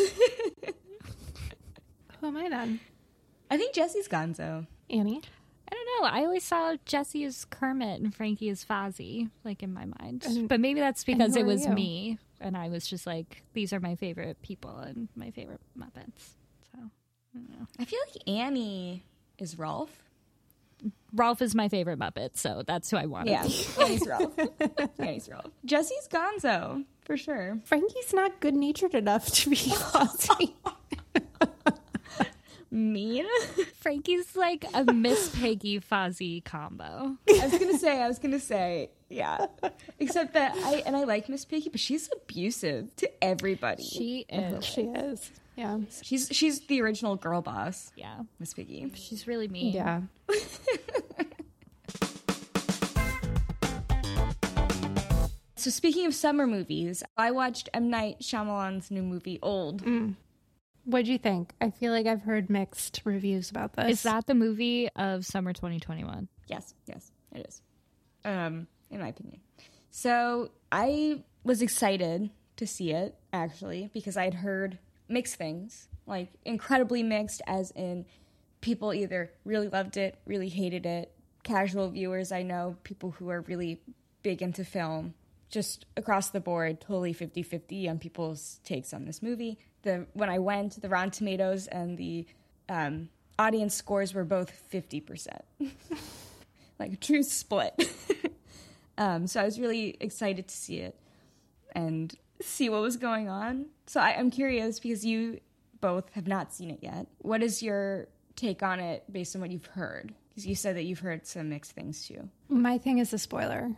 Speaker 1: Who am I then?
Speaker 2: I think Jesse's Gonzo.
Speaker 1: Annie.
Speaker 3: I don't know. I always saw Jesse as Kermit and Frankie as Fozzie, like in my mind.
Speaker 1: And-
Speaker 3: but maybe that's
Speaker 1: and
Speaker 3: because
Speaker 1: who
Speaker 3: it
Speaker 1: are
Speaker 3: was
Speaker 1: you?
Speaker 3: me, and I was just like, these are my favorite people and my favorite Muppets. So I don't know.
Speaker 2: I feel like Annie is Rolf.
Speaker 3: Rolf is my favorite Muppet, so that's who I wanted.
Speaker 2: Yeah, Annie's Rolf. Annie's Rolf. Jesse's Gonzo for sure.
Speaker 1: Frankie's not good natured enough to be Fozzie.
Speaker 2: Mean.
Speaker 3: Frankie's like a Miss Piggy Fozzie combo.
Speaker 2: I was gonna say. I was gonna say. Yeah. Except that I and I like Miss Piggy, but she's abusive to everybody.
Speaker 3: She is.
Speaker 1: she is. Yeah.
Speaker 2: She's she's the original girl boss.
Speaker 3: Yeah.
Speaker 2: Miss Piggy.
Speaker 3: She's really mean.
Speaker 1: Yeah.
Speaker 2: So speaking of summer movies, I watched M Night Shyamalan's new movie Old.
Speaker 1: What'd you think? I feel like I've heard mixed reviews about this.
Speaker 3: Is that the movie of summer 2021?
Speaker 2: Yes, yes, it is. Um, in my opinion. So I was excited to see it actually because I'd heard mixed things, like incredibly mixed, as in people either really loved it, really hated it. Casual viewers I know, people who are really big into film, just across the board, totally 50 50 on people's takes on this movie. The When I went, the Rotten Tomatoes and the um, audience scores were both 50%, like a true split. Um, so I was really excited to see it and see what was going on. So I, I'm curious because you both have not seen it yet. What is your take on it based on what you've heard? Because you said that you've heard some mixed things too.
Speaker 1: My thing is a spoiler.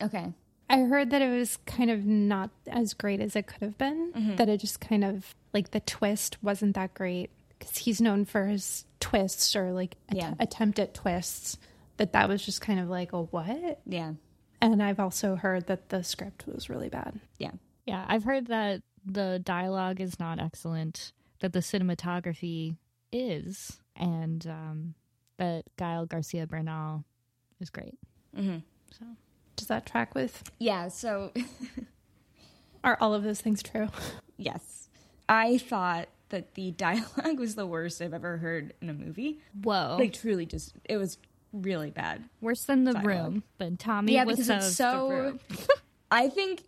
Speaker 2: Okay.
Speaker 1: I heard that it was kind of not as great as it could have been.
Speaker 2: Mhm.
Speaker 1: That it just kind of like the twist wasn't that great because he's known for his twists or like att-
Speaker 2: Yeah.
Speaker 1: attempt at twists. That that was just kind of like a what?
Speaker 2: Yeah.
Speaker 1: And I've also heard that the script was really bad.
Speaker 2: Yeah.
Speaker 3: Yeah, I've heard that the dialogue is not excellent, that the cinematography is, and um, that Gael Garcia Bernal is great.
Speaker 2: Mm-hmm.
Speaker 3: So
Speaker 1: Does that track with?
Speaker 2: Yeah. So
Speaker 1: Are all of those things true?
Speaker 2: Yes. I thought that the dialogue was the worst I've ever heard in a movie.
Speaker 3: Whoa.
Speaker 2: Like truly just it was really bad.
Speaker 3: worse than the
Speaker 2: Dialogue.
Speaker 3: room, but Tommy
Speaker 2: yeah,
Speaker 3: was
Speaker 2: because
Speaker 3: of
Speaker 2: it's
Speaker 3: The
Speaker 2: so
Speaker 3: Room.
Speaker 2: I think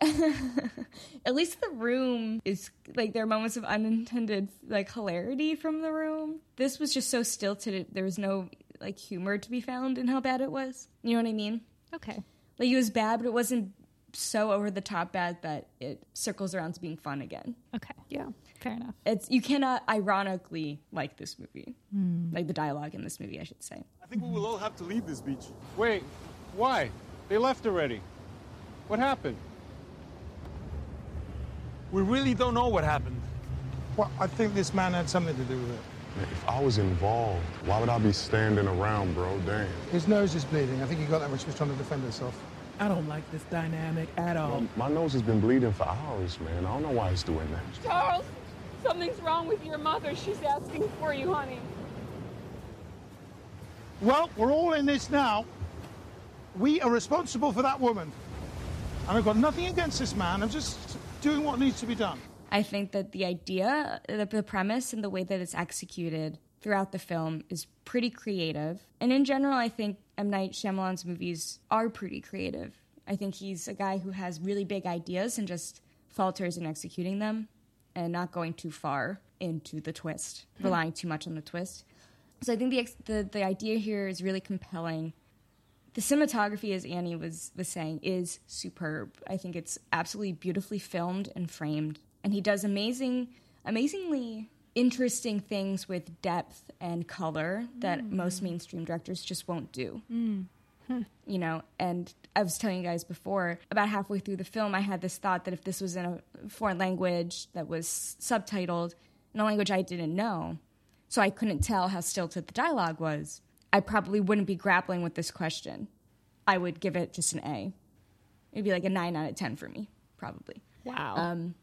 Speaker 2: at least the room is like there are moments of unintended like hilarity from the room. This was just so stilted there was no like humor to be found in how bad it was. You know what I mean?
Speaker 3: Okay.
Speaker 2: Like it was bad, but it wasn't so over the top bad that it circles around to being fun again.
Speaker 3: Okay.
Speaker 1: Yeah.
Speaker 3: Fair enough.
Speaker 2: It's you cannot ironically like this movie.
Speaker 3: Hmm.
Speaker 2: Like the dialogue in this movie, I should say.
Speaker 16: I think we will all have to leave this beach. Wait, why? They left already. What happened?
Speaker 15: We really don't know what happened. Well, I think this man had something to do with it.
Speaker 17: Man, If I was involved, why would I be standing around, bro? Damn.
Speaker 15: His nose is bleeding. I think he got that when she was trying to defend herself. I don't like this dynamic at all.
Speaker 17: My nose has been bleeding for hours, man. I don't know why it's doing that.
Speaker 8: Charles, something's wrong with your mother. She's asking for you, honey.
Speaker 15: Well, we're all in this now. We are responsible for that woman. And I've got nothing against this man. I'm just doing what needs to be done.
Speaker 2: I think that the idea, the, the premise, and the way that it's executed throughout the film is pretty creative. And in general, I think M. Night Shyamalan's movies are pretty creative. I think he's a guy who has really big ideas and just falters in executing them and not going too far into the twist,
Speaker 8: Hmm.
Speaker 2: relying too much on the twist. So I think the, ex- the, the idea here is really compelling the cinematography as annie was was saying is superb i think it's absolutely beautifully filmed and framed and he does amazing amazingly interesting things with depth and color that
Speaker 8: Mm.
Speaker 2: most mainstream directors just won't do
Speaker 8: Mm.
Speaker 2: you know and i was telling you guys before about halfway through the film i had this thought that if this was in a foreign language that was subtitled in a language i didn't know so i couldn't tell how stilted the dialogue was i probably wouldn't be grappling with this question i would give it just an a it'd be like a 9 out of 10 for me probably
Speaker 3: Wow.
Speaker 2: um,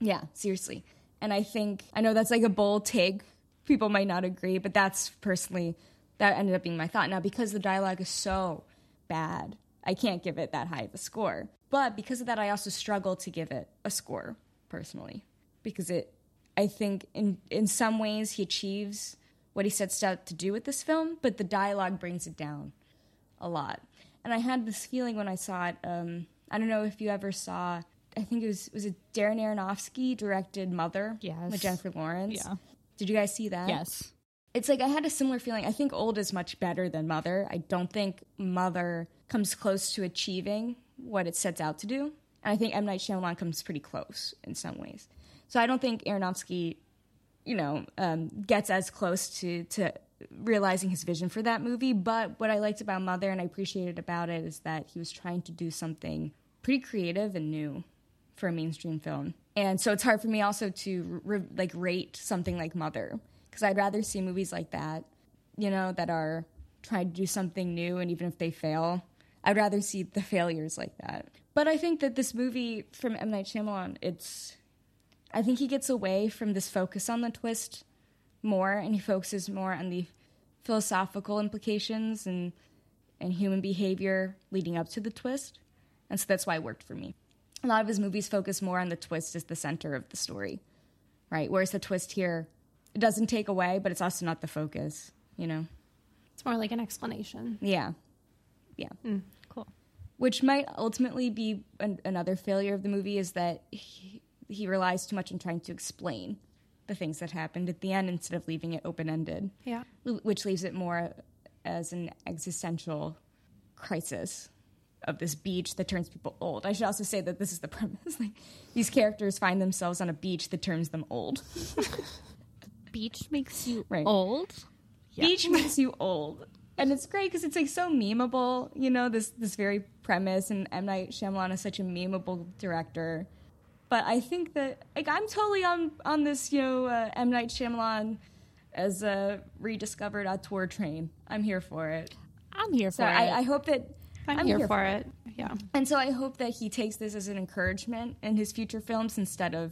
Speaker 2: yeah, seriously. And I think I know that's like a bold take. People might not agree, but that's personally that ended up being my thought. Now because the dialogue is so bad, I can't give it that high of a score. But because of that, I also struggle to give it a score personally because it. I think in in some ways he achieves what he sets out to do with this film, but the dialogue brings it down a lot. And I had this feeling when I saw it. Um, I don't know if you ever saw. I think it was was it Darren Aronofsky directed Mother
Speaker 3: Yes.
Speaker 2: with Jennifer Lawrence.
Speaker 3: Yeah.
Speaker 2: Did you guys see that?
Speaker 3: Yes.
Speaker 2: It's like I had a similar feeling. I think Old is much better than Mother. I don't think Mother comes close to achieving what it sets out to do. And I think M. Night Shyamalan comes pretty close in some ways. So I don't think Aronofsky, you know, um, gets as close to, to realizing his vision for that movie. But what I liked about Mother and I appreciated about it is that he was trying to do something pretty creative and new for a mainstream film. And so it's hard for me also to re- like rate something like Mother because I'd rather see movies like that, you know, that are trying to do something new and even if they fail, I'd rather see the failures like that. But I think that this movie from M Night Shyamalan, it's I think he gets away from this focus on the twist more and he focuses more on the philosophical implications and and human behavior leading up to the twist. And so that's why it worked for me. A lot of his movies focus more on the twist as the center of the story, right? Whereas the twist here, it doesn't take away, but it's also not the focus, you know?
Speaker 1: It's more like an explanation.
Speaker 2: Yeah. Yeah.
Speaker 3: cool.
Speaker 2: Which might ultimately be an, another failure of the movie is that he, he relies too much on trying to explain the things that happened at the end instead of leaving it open ended.
Speaker 1: Yeah.
Speaker 2: Which leaves it more as an existential crisis of this beach that turns people old. I should also say that this is the premise. Like these characters find themselves on a beach that turns them old.
Speaker 3: beach makes you old.
Speaker 2: Beach makes you old. And it's great because it's like so memeable, you know, this this very premise and M Night Shyamalan is such a memeable director. But I think that like I'm totally on on this, you know, uh, M Night Shyamalan as a rediscovered auteur train. I'm here for it.
Speaker 3: I'm here
Speaker 2: So
Speaker 3: for
Speaker 2: I,
Speaker 3: it.
Speaker 2: I hope that
Speaker 1: I'm here for it. Yeah.
Speaker 2: And so I hope that he takes this as an encouragement in his future films instead of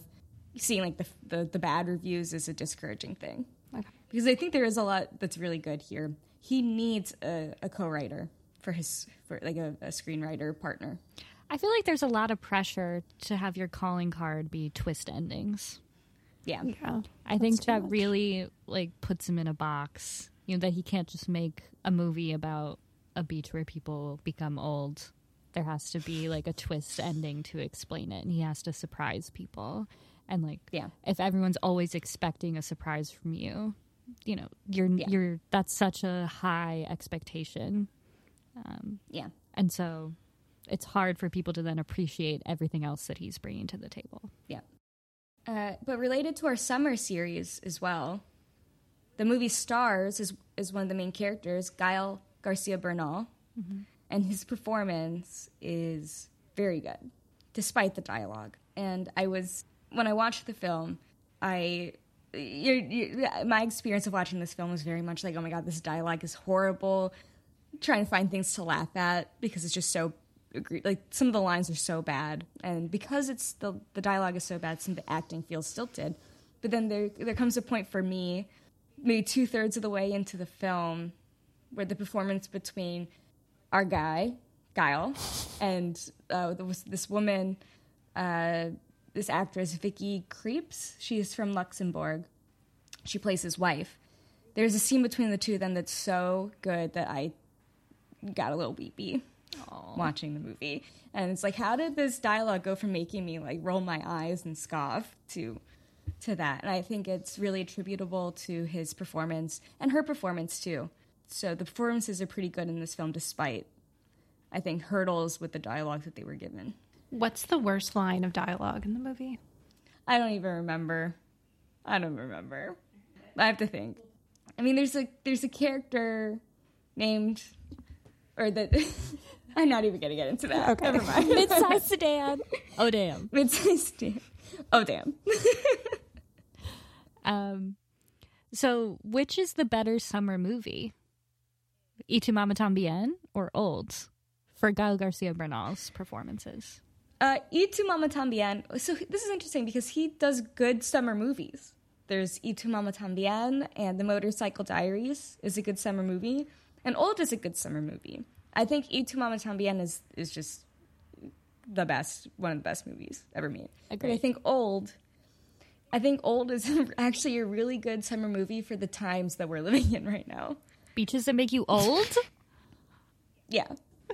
Speaker 2: seeing like the the, the bad reviews as a discouraging thing.
Speaker 1: Okay.
Speaker 2: Because I think there is a lot that's really good here. He needs a, a co-writer for his for like a, a screenwriter partner.
Speaker 3: I feel like there's a lot of pressure to have your calling card be twist endings.
Speaker 2: Yeah.
Speaker 3: I think that really like puts him in a box. You know that he can't just make a movie about a beach where people become old. There has to be like a twist ending to explain it, and he has to surprise people. And like,
Speaker 2: Yeah.
Speaker 3: if everyone's always expecting a surprise from you, you know, you're you're that's such a high expectation. Um,
Speaker 2: Yeah.
Speaker 3: and so it's hard for people to then appreciate everything else that he's bringing to the table.
Speaker 2: Yeah. Uh, but related to our summer series as well, the movie Stars is is one of the main characters, Gael Garcia Bernal,
Speaker 3: Mhm.
Speaker 2: and his performance is very good, despite the dialogue. And I was when I watched the film, I. You, you, my experience of watching this film was very much like, oh my god, this dialogue is horrible. Trying to find things to laugh at because it's just so agree- like some of the lines are so bad, and because it's the the dialogue is so bad, some of the acting feels stilted. But then there there comes a point for me, maybe two thirds of the way into the film, where the performance between our guy Guile and uh, there was this woman, uh, this actress Vicky Creeps. She is from Luxembourg. She plays his wife. There's a scene between the two of them that's so good that I got a little weepy watching the movie. And it's like, how did this dialogue go from making me like roll my eyes and scoff to to that? And I think it's really attributable to his performance and her performance too. So the performances are pretty good in this film, despite I think hurdles with the dialogue that they were given.
Speaker 1: What's the worst line of dialogue in the movie?
Speaker 2: I don't even remember. I don't remember. I have to think. I mean, there's a there's a character named, or that I'm not even gonna get into that.
Speaker 3: Okay.
Speaker 2: Never mind.
Speaker 3: Midsize sedan. Oh damn.
Speaker 2: Midsize sedan. Oh damn.
Speaker 3: um, so which is the better summer movie, Ichimama Tambien or Old, for Gael Garcia Bernal's performances?
Speaker 2: Uh, Itu Mama Tambien. So he- this is interesting because he does good summer movies. There's Itu Mama Tambien and The Motorcycle Diaries is a good summer movie, and Old is a good summer movie. I think Itu Mama Tambien is is just the best, one of the best movies ever made. But I
Speaker 3: Agreed.
Speaker 2: think Old, I think Old is actually a really good summer movie for the times that we're living in right now.
Speaker 3: Beaches that make you old?
Speaker 2: yeah.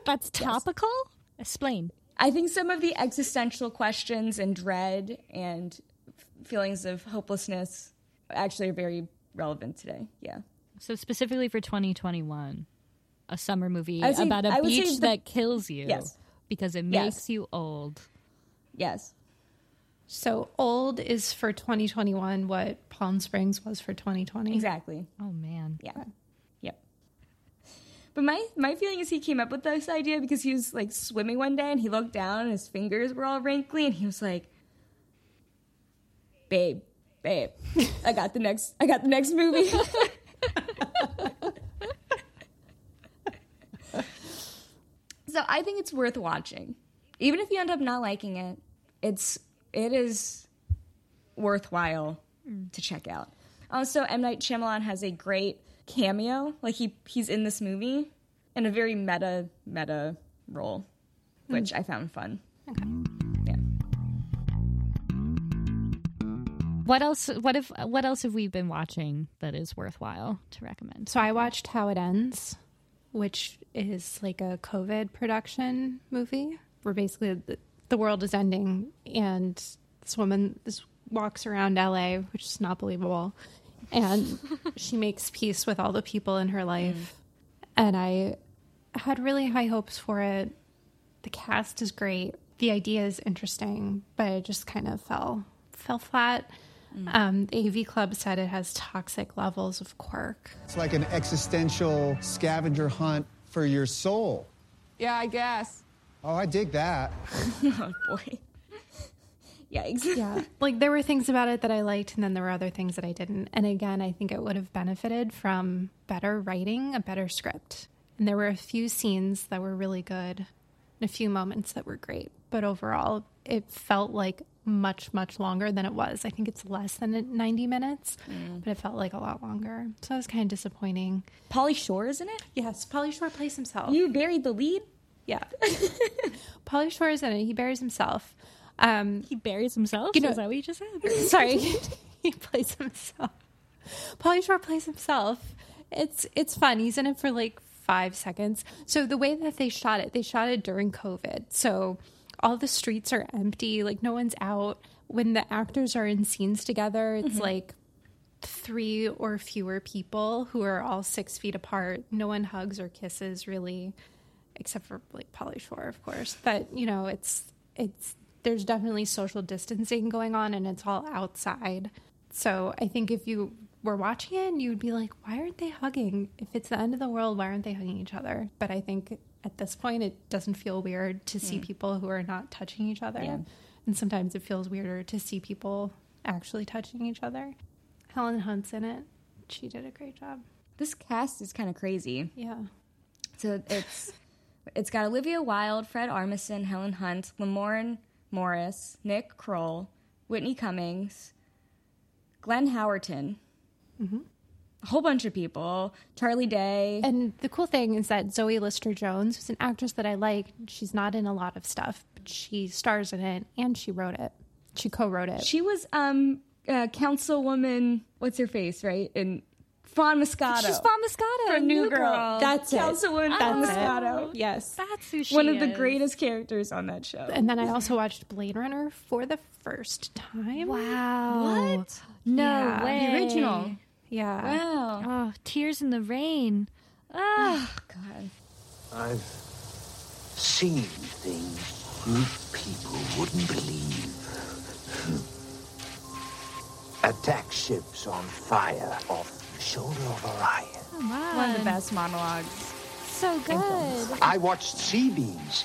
Speaker 3: That's topical? Explain.
Speaker 2: I think some of the existential questions and dread and f- feelings of hopelessness actually are very relevant today. Yeah.
Speaker 3: So specifically for 2021, a summer movie
Speaker 2: I would say-
Speaker 3: about
Speaker 2: I
Speaker 3: a
Speaker 2: would say
Speaker 3: beach
Speaker 2: the-
Speaker 3: that kills you
Speaker 2: Yes.
Speaker 3: because it
Speaker 1: Yes.
Speaker 3: makes you old.
Speaker 2: Yes.
Speaker 1: So old is for 2021 what Palm Springs was for 2020.
Speaker 2: Exactly.
Speaker 3: Oh man.
Speaker 2: Yeah. Yep. But my my feeling is he came up with this idea because he was like swimming one day and he looked down and his fingers were all wrinkly and he was like, "Babe, babe, I got the next I got the next movie." so I think it's worth watching, even if you end up not liking it. It's it is worthwhile to check out. Also, M Night Shyamalan has a great cameo. Like he he's in this movie in a very meta meta role, which I found fun.
Speaker 3: What else? What if? What else have we been watching that is worthwhile to recommend?
Speaker 1: So I watched How It Ends, which is like a COVID production movie where basically the, the world is ending and this woman this walks around LA, which is not believable, and she makes peace with all the people in her life. And I had really high hopes for it The cast is great. The idea is interesting, but it just kind of fell fell flat. Um, the AV Club said it has toxic levels of quirk.
Speaker 18: It's like an existential scavenger hunt for your soul.
Speaker 2: Yeah, I guess.
Speaker 18: Oh, I dig that.
Speaker 2: oh boy. Yikes.
Speaker 1: Yeah. Like there were things about it that I liked, and then there were other things that I didn't. And again, I think it would have benefited from better writing, a better script. And there were a few scenes that were really good, and a few moments that were great. But overall, it felt like much, much longer than it was. I think it's less than 90 minutes, but it felt like a lot longer. So that was kind of disappointing.
Speaker 2: Polly Shore, isn't it?
Speaker 1: Yes, Polly Shore plays himself.
Speaker 2: You buried the lead?
Speaker 1: Yeah. Polly Shore is in it. He buries himself.
Speaker 3: Um, he buries himself?
Speaker 1: you know-
Speaker 3: Is that what you just said?
Speaker 1: Sorry, he plays himself. Polly Shore plays himself. It's it's fun. He's in it for like five seconds. So the way that they shot it, they shot it during COVID. So all the streets are empty. Like no one's out. When the actors are in scenes together, it's
Speaker 2: Mhm.
Speaker 1: like three or fewer people who are all six feet apart. No one hugs or kisses really, except for like Polly Shore, of course. But you know, it's it's there's definitely social distancing going on, and it's all outside. So I think if you were watching it, you would be like, why aren't they hugging? If it's the end of the world, why aren't they hugging each other? But I think at this point, it doesn't feel weird to see
Speaker 2: Mm.
Speaker 1: people who are not touching each other.
Speaker 2: Yeah.
Speaker 1: And sometimes it feels weirder to see people actually touching each other. Helen Hunt's in it. She did a great job.
Speaker 2: This cast is kind of crazy.
Speaker 1: Yeah.
Speaker 2: So it's it's got Olivia Wilde, Fred Armisen, Helen Hunt, Lamorne Morris, Nick Kroll, Whitney Cummings, Glenn Howerton,
Speaker 1: Mhm.
Speaker 2: a whole bunch of people. Charlie Day.
Speaker 1: And the cool thing is that Zoe Lister Jones, who's an actress that I like, she's not in a lot of stuff, but she stars in it and she wrote it. She co wrote it.
Speaker 2: she was um uh, councilwoman. What's her face? Right in Fawn Moscato.
Speaker 3: She's Fawn Moscato
Speaker 2: from
Speaker 3: in
Speaker 2: New,
Speaker 3: New
Speaker 2: Girl.
Speaker 3: Girl.
Speaker 1: That's it.
Speaker 2: Councilwoman Fawn
Speaker 1: That's it.
Speaker 2: Moscato. Yes,
Speaker 3: That's who she
Speaker 2: one of the
Speaker 3: is.
Speaker 2: greatest characters on that show.
Speaker 1: And then I also watched Blade Runner for the first time.
Speaker 3: Wow.
Speaker 1: What?
Speaker 3: No
Speaker 1: Yeah.
Speaker 3: way.
Speaker 2: The original.
Speaker 1: Yeah.
Speaker 2: Wow.
Speaker 3: Oh, Tears in the Rain. Ah,
Speaker 2: God.
Speaker 10: I've seen things you people wouldn't believe.
Speaker 6: Attack ships on fire off the shoulder of Orion.
Speaker 2: One of the best monologues.
Speaker 3: So good.
Speaker 6: I watched sea beams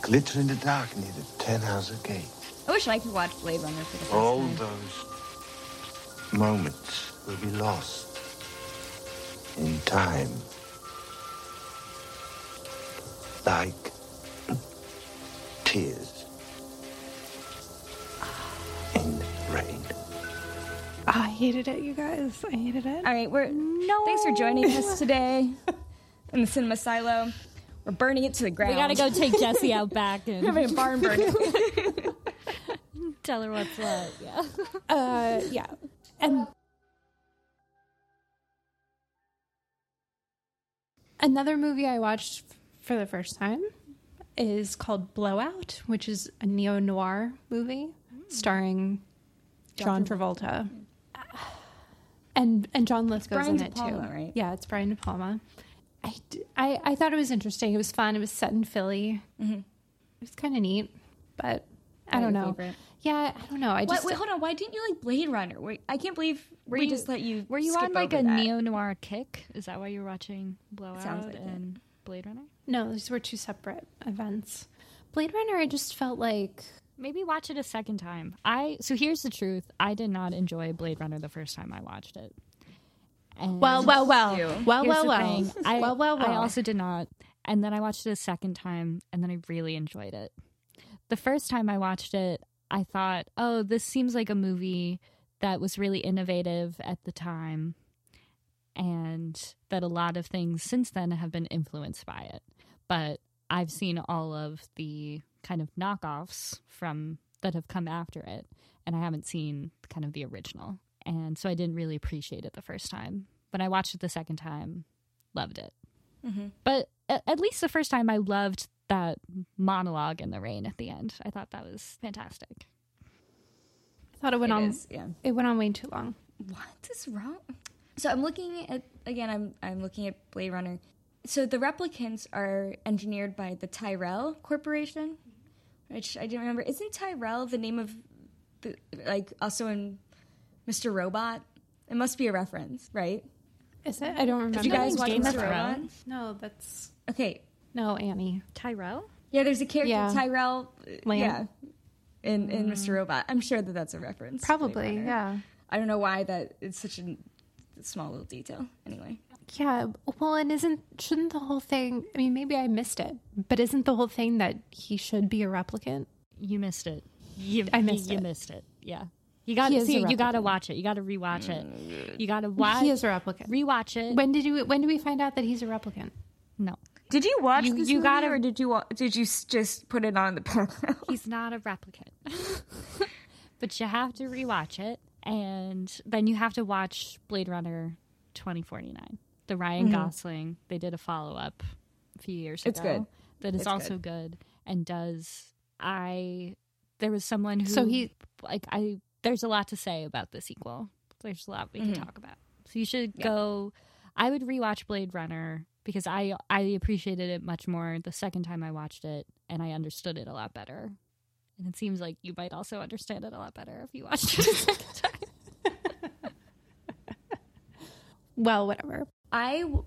Speaker 6: glitter in the dark near the Ten Hauser Gate.
Speaker 2: I wish I could watch Blade Runner for the first
Speaker 6: All
Speaker 2: time.
Speaker 6: those moments will be lost in time. Like tears in rain.
Speaker 1: I hated it, you guys. I hated it.
Speaker 2: All right, we're thanks for joining us today in the cinema silo. We're burning it to the ground.
Speaker 3: We gotta go take Jesse out back and
Speaker 2: We're having a barn burn.
Speaker 3: tell her what's what. Yeah.
Speaker 1: Uh, yeah. And another movie I watched f- for the first time is called Blowout, which is a neo noir movie starring John
Speaker 2: John
Speaker 1: Travolta. And and John Lithgow's
Speaker 2: Brian
Speaker 1: in
Speaker 2: De
Speaker 1: it
Speaker 2: Palma,
Speaker 1: too.
Speaker 2: right?
Speaker 1: Yeah, it's Brian De Palma. I, d- I, I thought it was interesting. It was fun. It was set in Philly. It was kind of neat, but I
Speaker 2: Mm-hmm. Not
Speaker 1: don't
Speaker 2: your
Speaker 1: know.
Speaker 2: favorite.
Speaker 1: Yeah, I don't know. I
Speaker 2: Why-
Speaker 1: just
Speaker 2: wait, hold on. Why didn't you like Blade Runner? Wait, I can't believe
Speaker 3: Were
Speaker 2: we
Speaker 3: you-
Speaker 2: just let you.
Speaker 3: Were you
Speaker 2: skip
Speaker 3: on like
Speaker 2: over
Speaker 3: a
Speaker 2: that.
Speaker 3: neo noir kick? Is that why you're watching Blowout
Speaker 2: sounds like it.
Speaker 3: and Blade Runner?
Speaker 1: No, these were two separate events. Blade Runner, I just felt like
Speaker 3: Maybe watch it a second time. I so here's the truth. I did not enjoy Blade Runner the first time I watched it. And
Speaker 1: well, well, well,
Speaker 2: You.
Speaker 1: well,
Speaker 3: Here's
Speaker 1: well,
Speaker 3: the
Speaker 1: well,
Speaker 3: thing. I,
Speaker 1: well, well, well.
Speaker 3: I also did not. And then I watched it a second time, and then I really enjoyed it. The first time I watched it, I thought, oh, this seems like a movie that was really innovative at the time, and that a lot of things since then have been influenced by it. But I've seen all of the kind of knockoffs from that have come after it, and I haven't seen kind of the original. And so I didn't really appreciate it the first time. When I watched it the second time, loved it. But a- at least the first time, I loved that monologue in the rain at the end. I thought that was fantastic.
Speaker 1: I thought it went
Speaker 2: It
Speaker 1: on.
Speaker 2: is, yeah.
Speaker 1: It went on way too long.
Speaker 2: What is wrong? So I'm looking at again. I'm I'm looking at Blade Runner. So the replicants are engineered by the Tyrell Corporation, which I didn't remember. Isn't Tyrell the name of, the- like, also in Mr. Robot? It must be a reference, right?
Speaker 1: Is it? I don't remember.
Speaker 2: Did you guys watch Mr. Robot?
Speaker 1: No, that's
Speaker 2: Okay.
Speaker 1: no Annie.
Speaker 3: Tyrell?
Speaker 2: Yeah, there's a character
Speaker 1: Yeah.
Speaker 2: Tyrell. uh,
Speaker 1: Lamb.
Speaker 2: Yeah. In in Mr. Robot, I'm sure that that's a reference. to Blade
Speaker 1: Probably,
Speaker 2: Runner.
Speaker 1: yeah.
Speaker 2: I don't know why that it's such a small little detail. Anyway.
Speaker 1: Yeah. Well, and isn't shouldn't the whole thing? I mean, maybe I missed it, but isn't the whole thing that he should be a replicant?
Speaker 3: You missed it. You,
Speaker 1: I missed
Speaker 3: you,
Speaker 1: it.
Speaker 3: missed it. Yeah. You got
Speaker 1: He
Speaker 3: to
Speaker 1: is a
Speaker 3: see. You got to
Speaker 1: replicant.
Speaker 3: watch it. You got to rewatch it. You got to watch.
Speaker 1: He is a replicant.
Speaker 3: Rewatch it.
Speaker 1: When did you? When do we find out that he's a replicant?
Speaker 3: No,
Speaker 2: Did you watch
Speaker 3: You-
Speaker 2: this
Speaker 3: you
Speaker 2: movie,
Speaker 3: gotta-
Speaker 2: or did you wa- did you s- just put it on in the background?
Speaker 3: he's not a replicant. but you have to rewatch it, and then you have to watch Blade Runner twenty forty nine. The Ryan
Speaker 1: Mm-hmm.
Speaker 2: Mhm.
Speaker 3: Gosling. They did a follow up a few years
Speaker 2: It's
Speaker 3: ago.
Speaker 2: good.
Speaker 3: That is
Speaker 2: It's
Speaker 3: also good. and does I. There was someone who.
Speaker 1: So he-
Speaker 3: like I. There's a lot to say about the sequel. There's a lot we
Speaker 1: Mm-hmm.
Speaker 2: Mhm.
Speaker 3: can talk about. So you should go. I would rewatch Blade Runner because I I appreciated it much more the second time I watched it, and I understood it a lot better. And it seems like you might also understand it a lot better if you watched it a second time.
Speaker 1: Well, whatever.
Speaker 2: I w-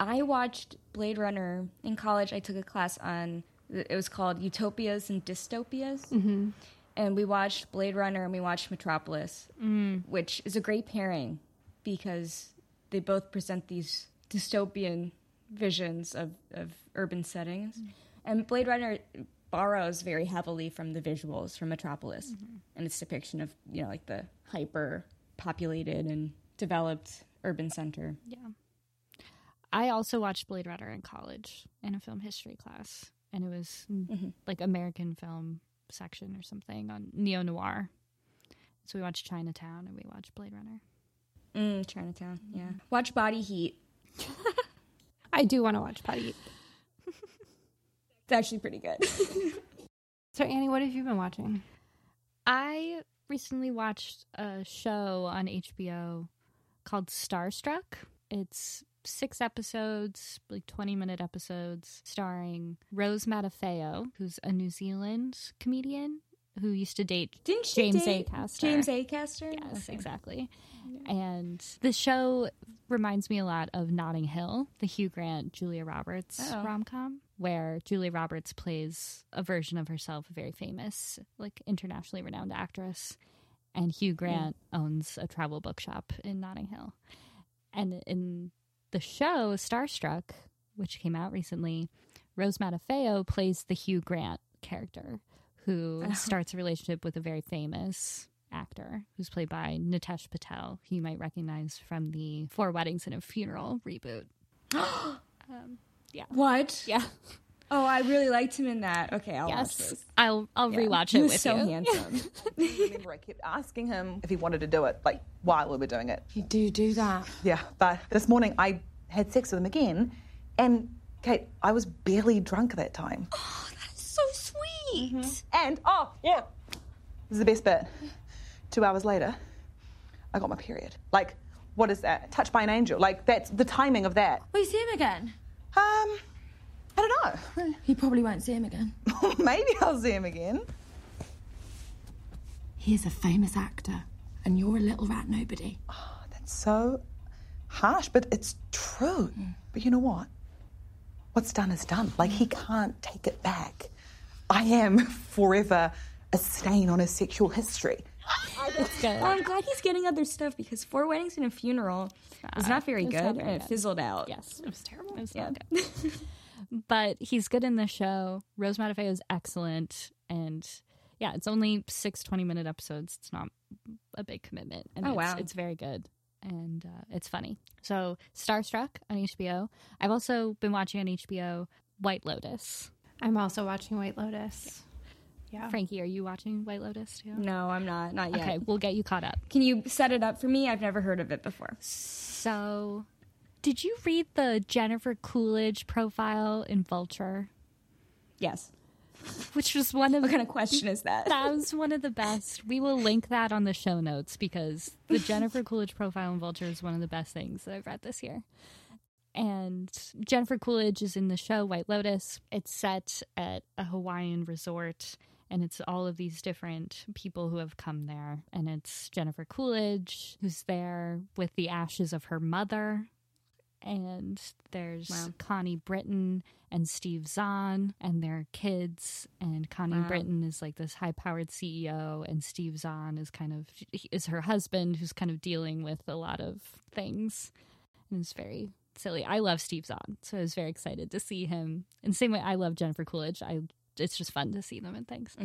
Speaker 2: I watched Blade Runner in college. I took a class on it was called Utopias and Dystopias,
Speaker 1: Mhm.
Speaker 2: and we watched Blade Runner and we watched Metropolis,
Speaker 3: Mm.
Speaker 2: which is a great pairing because they both present these dystopian visions of, of urban settings. And Blade Runner borrows very heavily from the visuals from Metropolis and its depiction of, you know, like the hyper populated and developed urban center.
Speaker 3: Yeah. I also watched Blade Runner in college in a film history class, and it was
Speaker 1: Mm-hmm.
Speaker 3: like American film section or something on neo noir. So we watched Chinatown and we watched Blade Runner.
Speaker 2: Mm, Chinatown, yeah.
Speaker 3: Mm-hmm.
Speaker 2: Watch Body Heat.
Speaker 1: I do want to watch Patty.
Speaker 2: It's actually pretty good.
Speaker 1: So, Annie, what have you been watching?
Speaker 3: I recently watched a show on HBO called Starstruck. It's six episodes, like 20 minute episodes, starring Rose Matafeo, who's a New Zealand comedian who used to date
Speaker 2: Didn't she
Speaker 3: James
Speaker 2: date
Speaker 3: Acaster.
Speaker 2: James Acaster?
Speaker 3: Yes,
Speaker 2: Okay.
Speaker 3: exactly. And the show reminds me a lot of Notting Hill, the Hugh Grant, Julia Roberts
Speaker 2: Oh.
Speaker 3: rom com, where Julia Roberts plays a version of herself, a very famous, like internationally renowned actress. And Hugh Grant owns a travel bookshop in Notting Hill. And in the show Starstruck, which came out recently, Rose Matafeo plays the Hugh Grant character, who
Speaker 2: Oh.
Speaker 3: starts a relationship with a very famous actor who's played by Nitesh Patel, who you might recognize from the Four Weddings and a Funeral reboot. um, yeah.
Speaker 2: What?
Speaker 3: Yeah.
Speaker 2: Oh, I really liked him in that. Okay, I'll watch
Speaker 3: yes.
Speaker 2: this.
Speaker 3: I'll I'll
Speaker 2: Yeah.
Speaker 3: rewatch
Speaker 2: He
Speaker 3: it
Speaker 2: was
Speaker 3: with
Speaker 2: so
Speaker 3: you.
Speaker 2: handsome.
Speaker 19: I remember I kept asking him if he wanted to do it, like while we were doing it. You do do that. Yeah, but this morning I had sex with him again, and Kate, I was barely drunk that time. Oh, that is so sweet. And oh yeah, this is the best bit. Two hours later, I got my period. Like, what is that? Touched by an angel. Like that's the timing of that.
Speaker 20: Will you see him again?
Speaker 19: Um, I don't know.
Speaker 20: You probably won't see him again.
Speaker 19: Maybe I'll see him again.
Speaker 20: He's a famous actor, and you're a little rat nobody.
Speaker 19: Ah, so harsh, but it's true.
Speaker 20: Hmm.
Speaker 19: But you know what? What's done is done. Like, he can't take it back. I am forever a stain on his sexual history.
Speaker 2: Well, I'm glad he's getting other stuff because Four Weddings and a Funeral was not very
Speaker 3: Uh, It's
Speaker 2: good
Speaker 3: not very
Speaker 2: and it
Speaker 3: good.
Speaker 2: fizzled out.
Speaker 3: Yes.
Speaker 1: It was terrible.
Speaker 3: It was not good. but he's good in the show. Rose Matafeo is excellent. And yeah, it's only six 20 minute episodes. It's not a big commitment. And
Speaker 2: Oh,
Speaker 3: it's,
Speaker 2: wow.
Speaker 3: it's very good. And uh, it's funny. So, Starstruck on HBO. I've also been watching on HBO White Lotus.
Speaker 1: I'm also watching White Lotus. Yeah.
Speaker 3: Frankie, are you watching White Lotus too?
Speaker 2: No, I'm Oh. not. Not yet.
Speaker 3: Okay, we'll get you caught up.
Speaker 2: Can you set it up for me? I've never heard of it before.
Speaker 3: So, did you read the Jennifer Coolidge profile in Vulture?
Speaker 2: Yes.
Speaker 3: Which was one of
Speaker 2: What kind of question is that?
Speaker 3: that was one of the best. We will link that on the show notes because the Jennifer Coolidge profile in Vulture is one of the best things that I've read this year. And Jennifer Coolidge is in the show White Lotus. It's set at a Hawaiian resort, and it's all of these different people who have come there. And it's Jennifer Coolidge who's there with the ashes of her mother. And there's
Speaker 2: Wow.
Speaker 3: Connie Britton and Steve Zahn and their kids. And Connie
Speaker 2: Wow.
Speaker 3: Britton is like this high powered CEO, and Steve Zahn is kind of he is her husband who's kind of dealing with a lot of things. And it's very silly. I love Steve Zahn, so I was very excited to see him. And same way I love Jennifer Coolidge. I it's just fun to see them and things.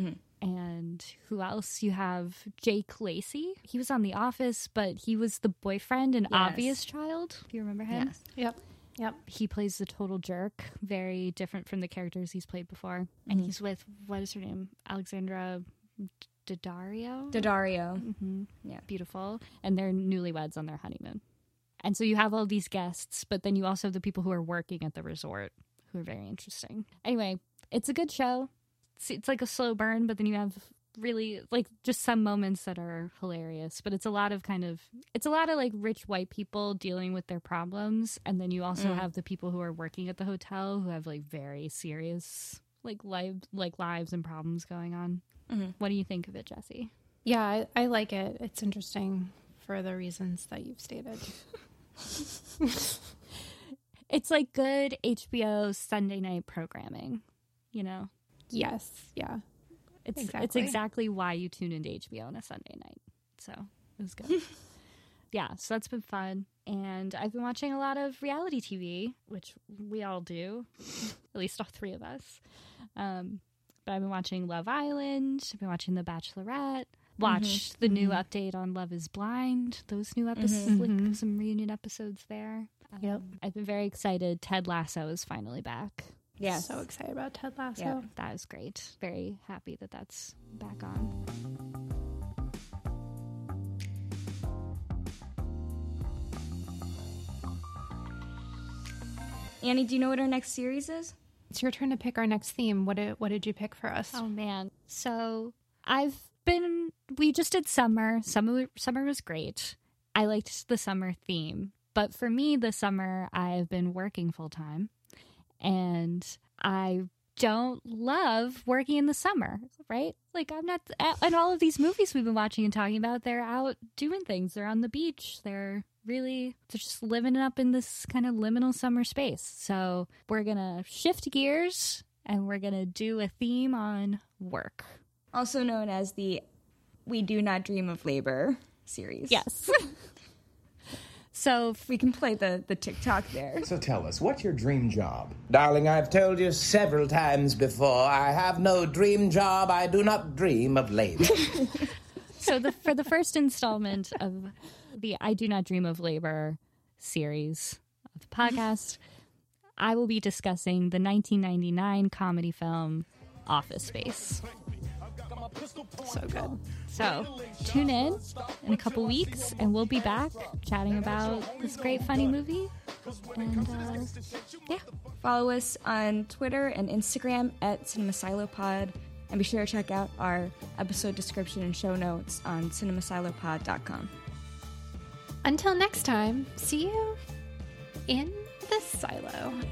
Speaker 3: And who else? You have Jake Lacey. He was on The Office, but he was the boyfriend and
Speaker 1: Yes.
Speaker 3: obvious child. Do you remember him?
Speaker 1: Yes. Yep. Yep.
Speaker 3: He plays the total jerk, very different from the characters he's played before. And
Speaker 2: Mhm.
Speaker 3: he's with what is her name? Alexandra Daddario.
Speaker 2: Daddario.
Speaker 3: hmm Yeah, beautiful. And they're newlyweds on their honeymoon. And so you have all these guests, but then you also have the people who are working at the resort who are very interesting. Anyway, it's a good show. It's, it's like a slow burn, but then you have really like just some moments that are hilarious. But it's a lot of kind of it's a lot of like rich white people dealing with their problems, and then you also
Speaker 2: Mm.
Speaker 3: have the people who are working at the hotel who have like very serious like life like lives and problems going on.
Speaker 1: Mhm.
Speaker 3: What do you think of it, Jesse?
Speaker 1: Yeah, I, I like it. It's interesting for the reasons that you've stated.
Speaker 3: It's like good HBO Sunday night programming, you know.
Speaker 1: Yes, yeah.
Speaker 3: It's it's
Speaker 1: Exactly.
Speaker 3: exactly why you tune into HBO on a Sunday night. So it was good. yeah, so that's been fun. And I've been watching a lot of reality TV, which we all do, at least all three of us. Um, but I've been watching Love Island. I've been watching The Bachelorette. Watched the new update on Love Is Blind. Those new episodes,
Speaker 1: Mhm.
Speaker 3: like some reunion episodes there. Yep. I've been very excited. Ted Lasso is finally back.
Speaker 1: Yes. So excited about Ted Lasso.
Speaker 3: Yeah, that was great. Very happy that that's back on.
Speaker 2: Annie, do you know what our next series is?
Speaker 1: It's your turn to pick our next theme. What did, what did you pick for us?
Speaker 3: Oh man. So I've been we just did summer. Summer summer was great. I liked the summer theme. But for me this summer I've been working full time and I don't love working in the summer, right? Like I'm not and all of these movies we've been watching and talking about, they're out doing things. They're on the beach. They're really they're just living up in this kind of liminal summer space. So, we're going to shift gears and we're going to do a theme on work.
Speaker 2: Also known as the We Do Not Dream of Labor series.
Speaker 3: Yes. so
Speaker 2: we can play the, the TikTok there.
Speaker 21: So tell us, what's your dream job? Darling, I've told you several times before, I have no dream job. I do not dream of labor.
Speaker 3: so the for the first installment of the I Do Not Dream of Labor series of the podcast, I will be discussing the 1999 comedy film Office Space.
Speaker 1: So good.
Speaker 3: So tune in in a couple weeks, and we'll be back chatting about this great funny movie. And uh, yeah,
Speaker 2: Follow us on Twitter and Instagram at CinemaSiloPod. And be sure to check out our episode description and show notes on cinemasilopod.com.
Speaker 1: Until next time, see you in the silo.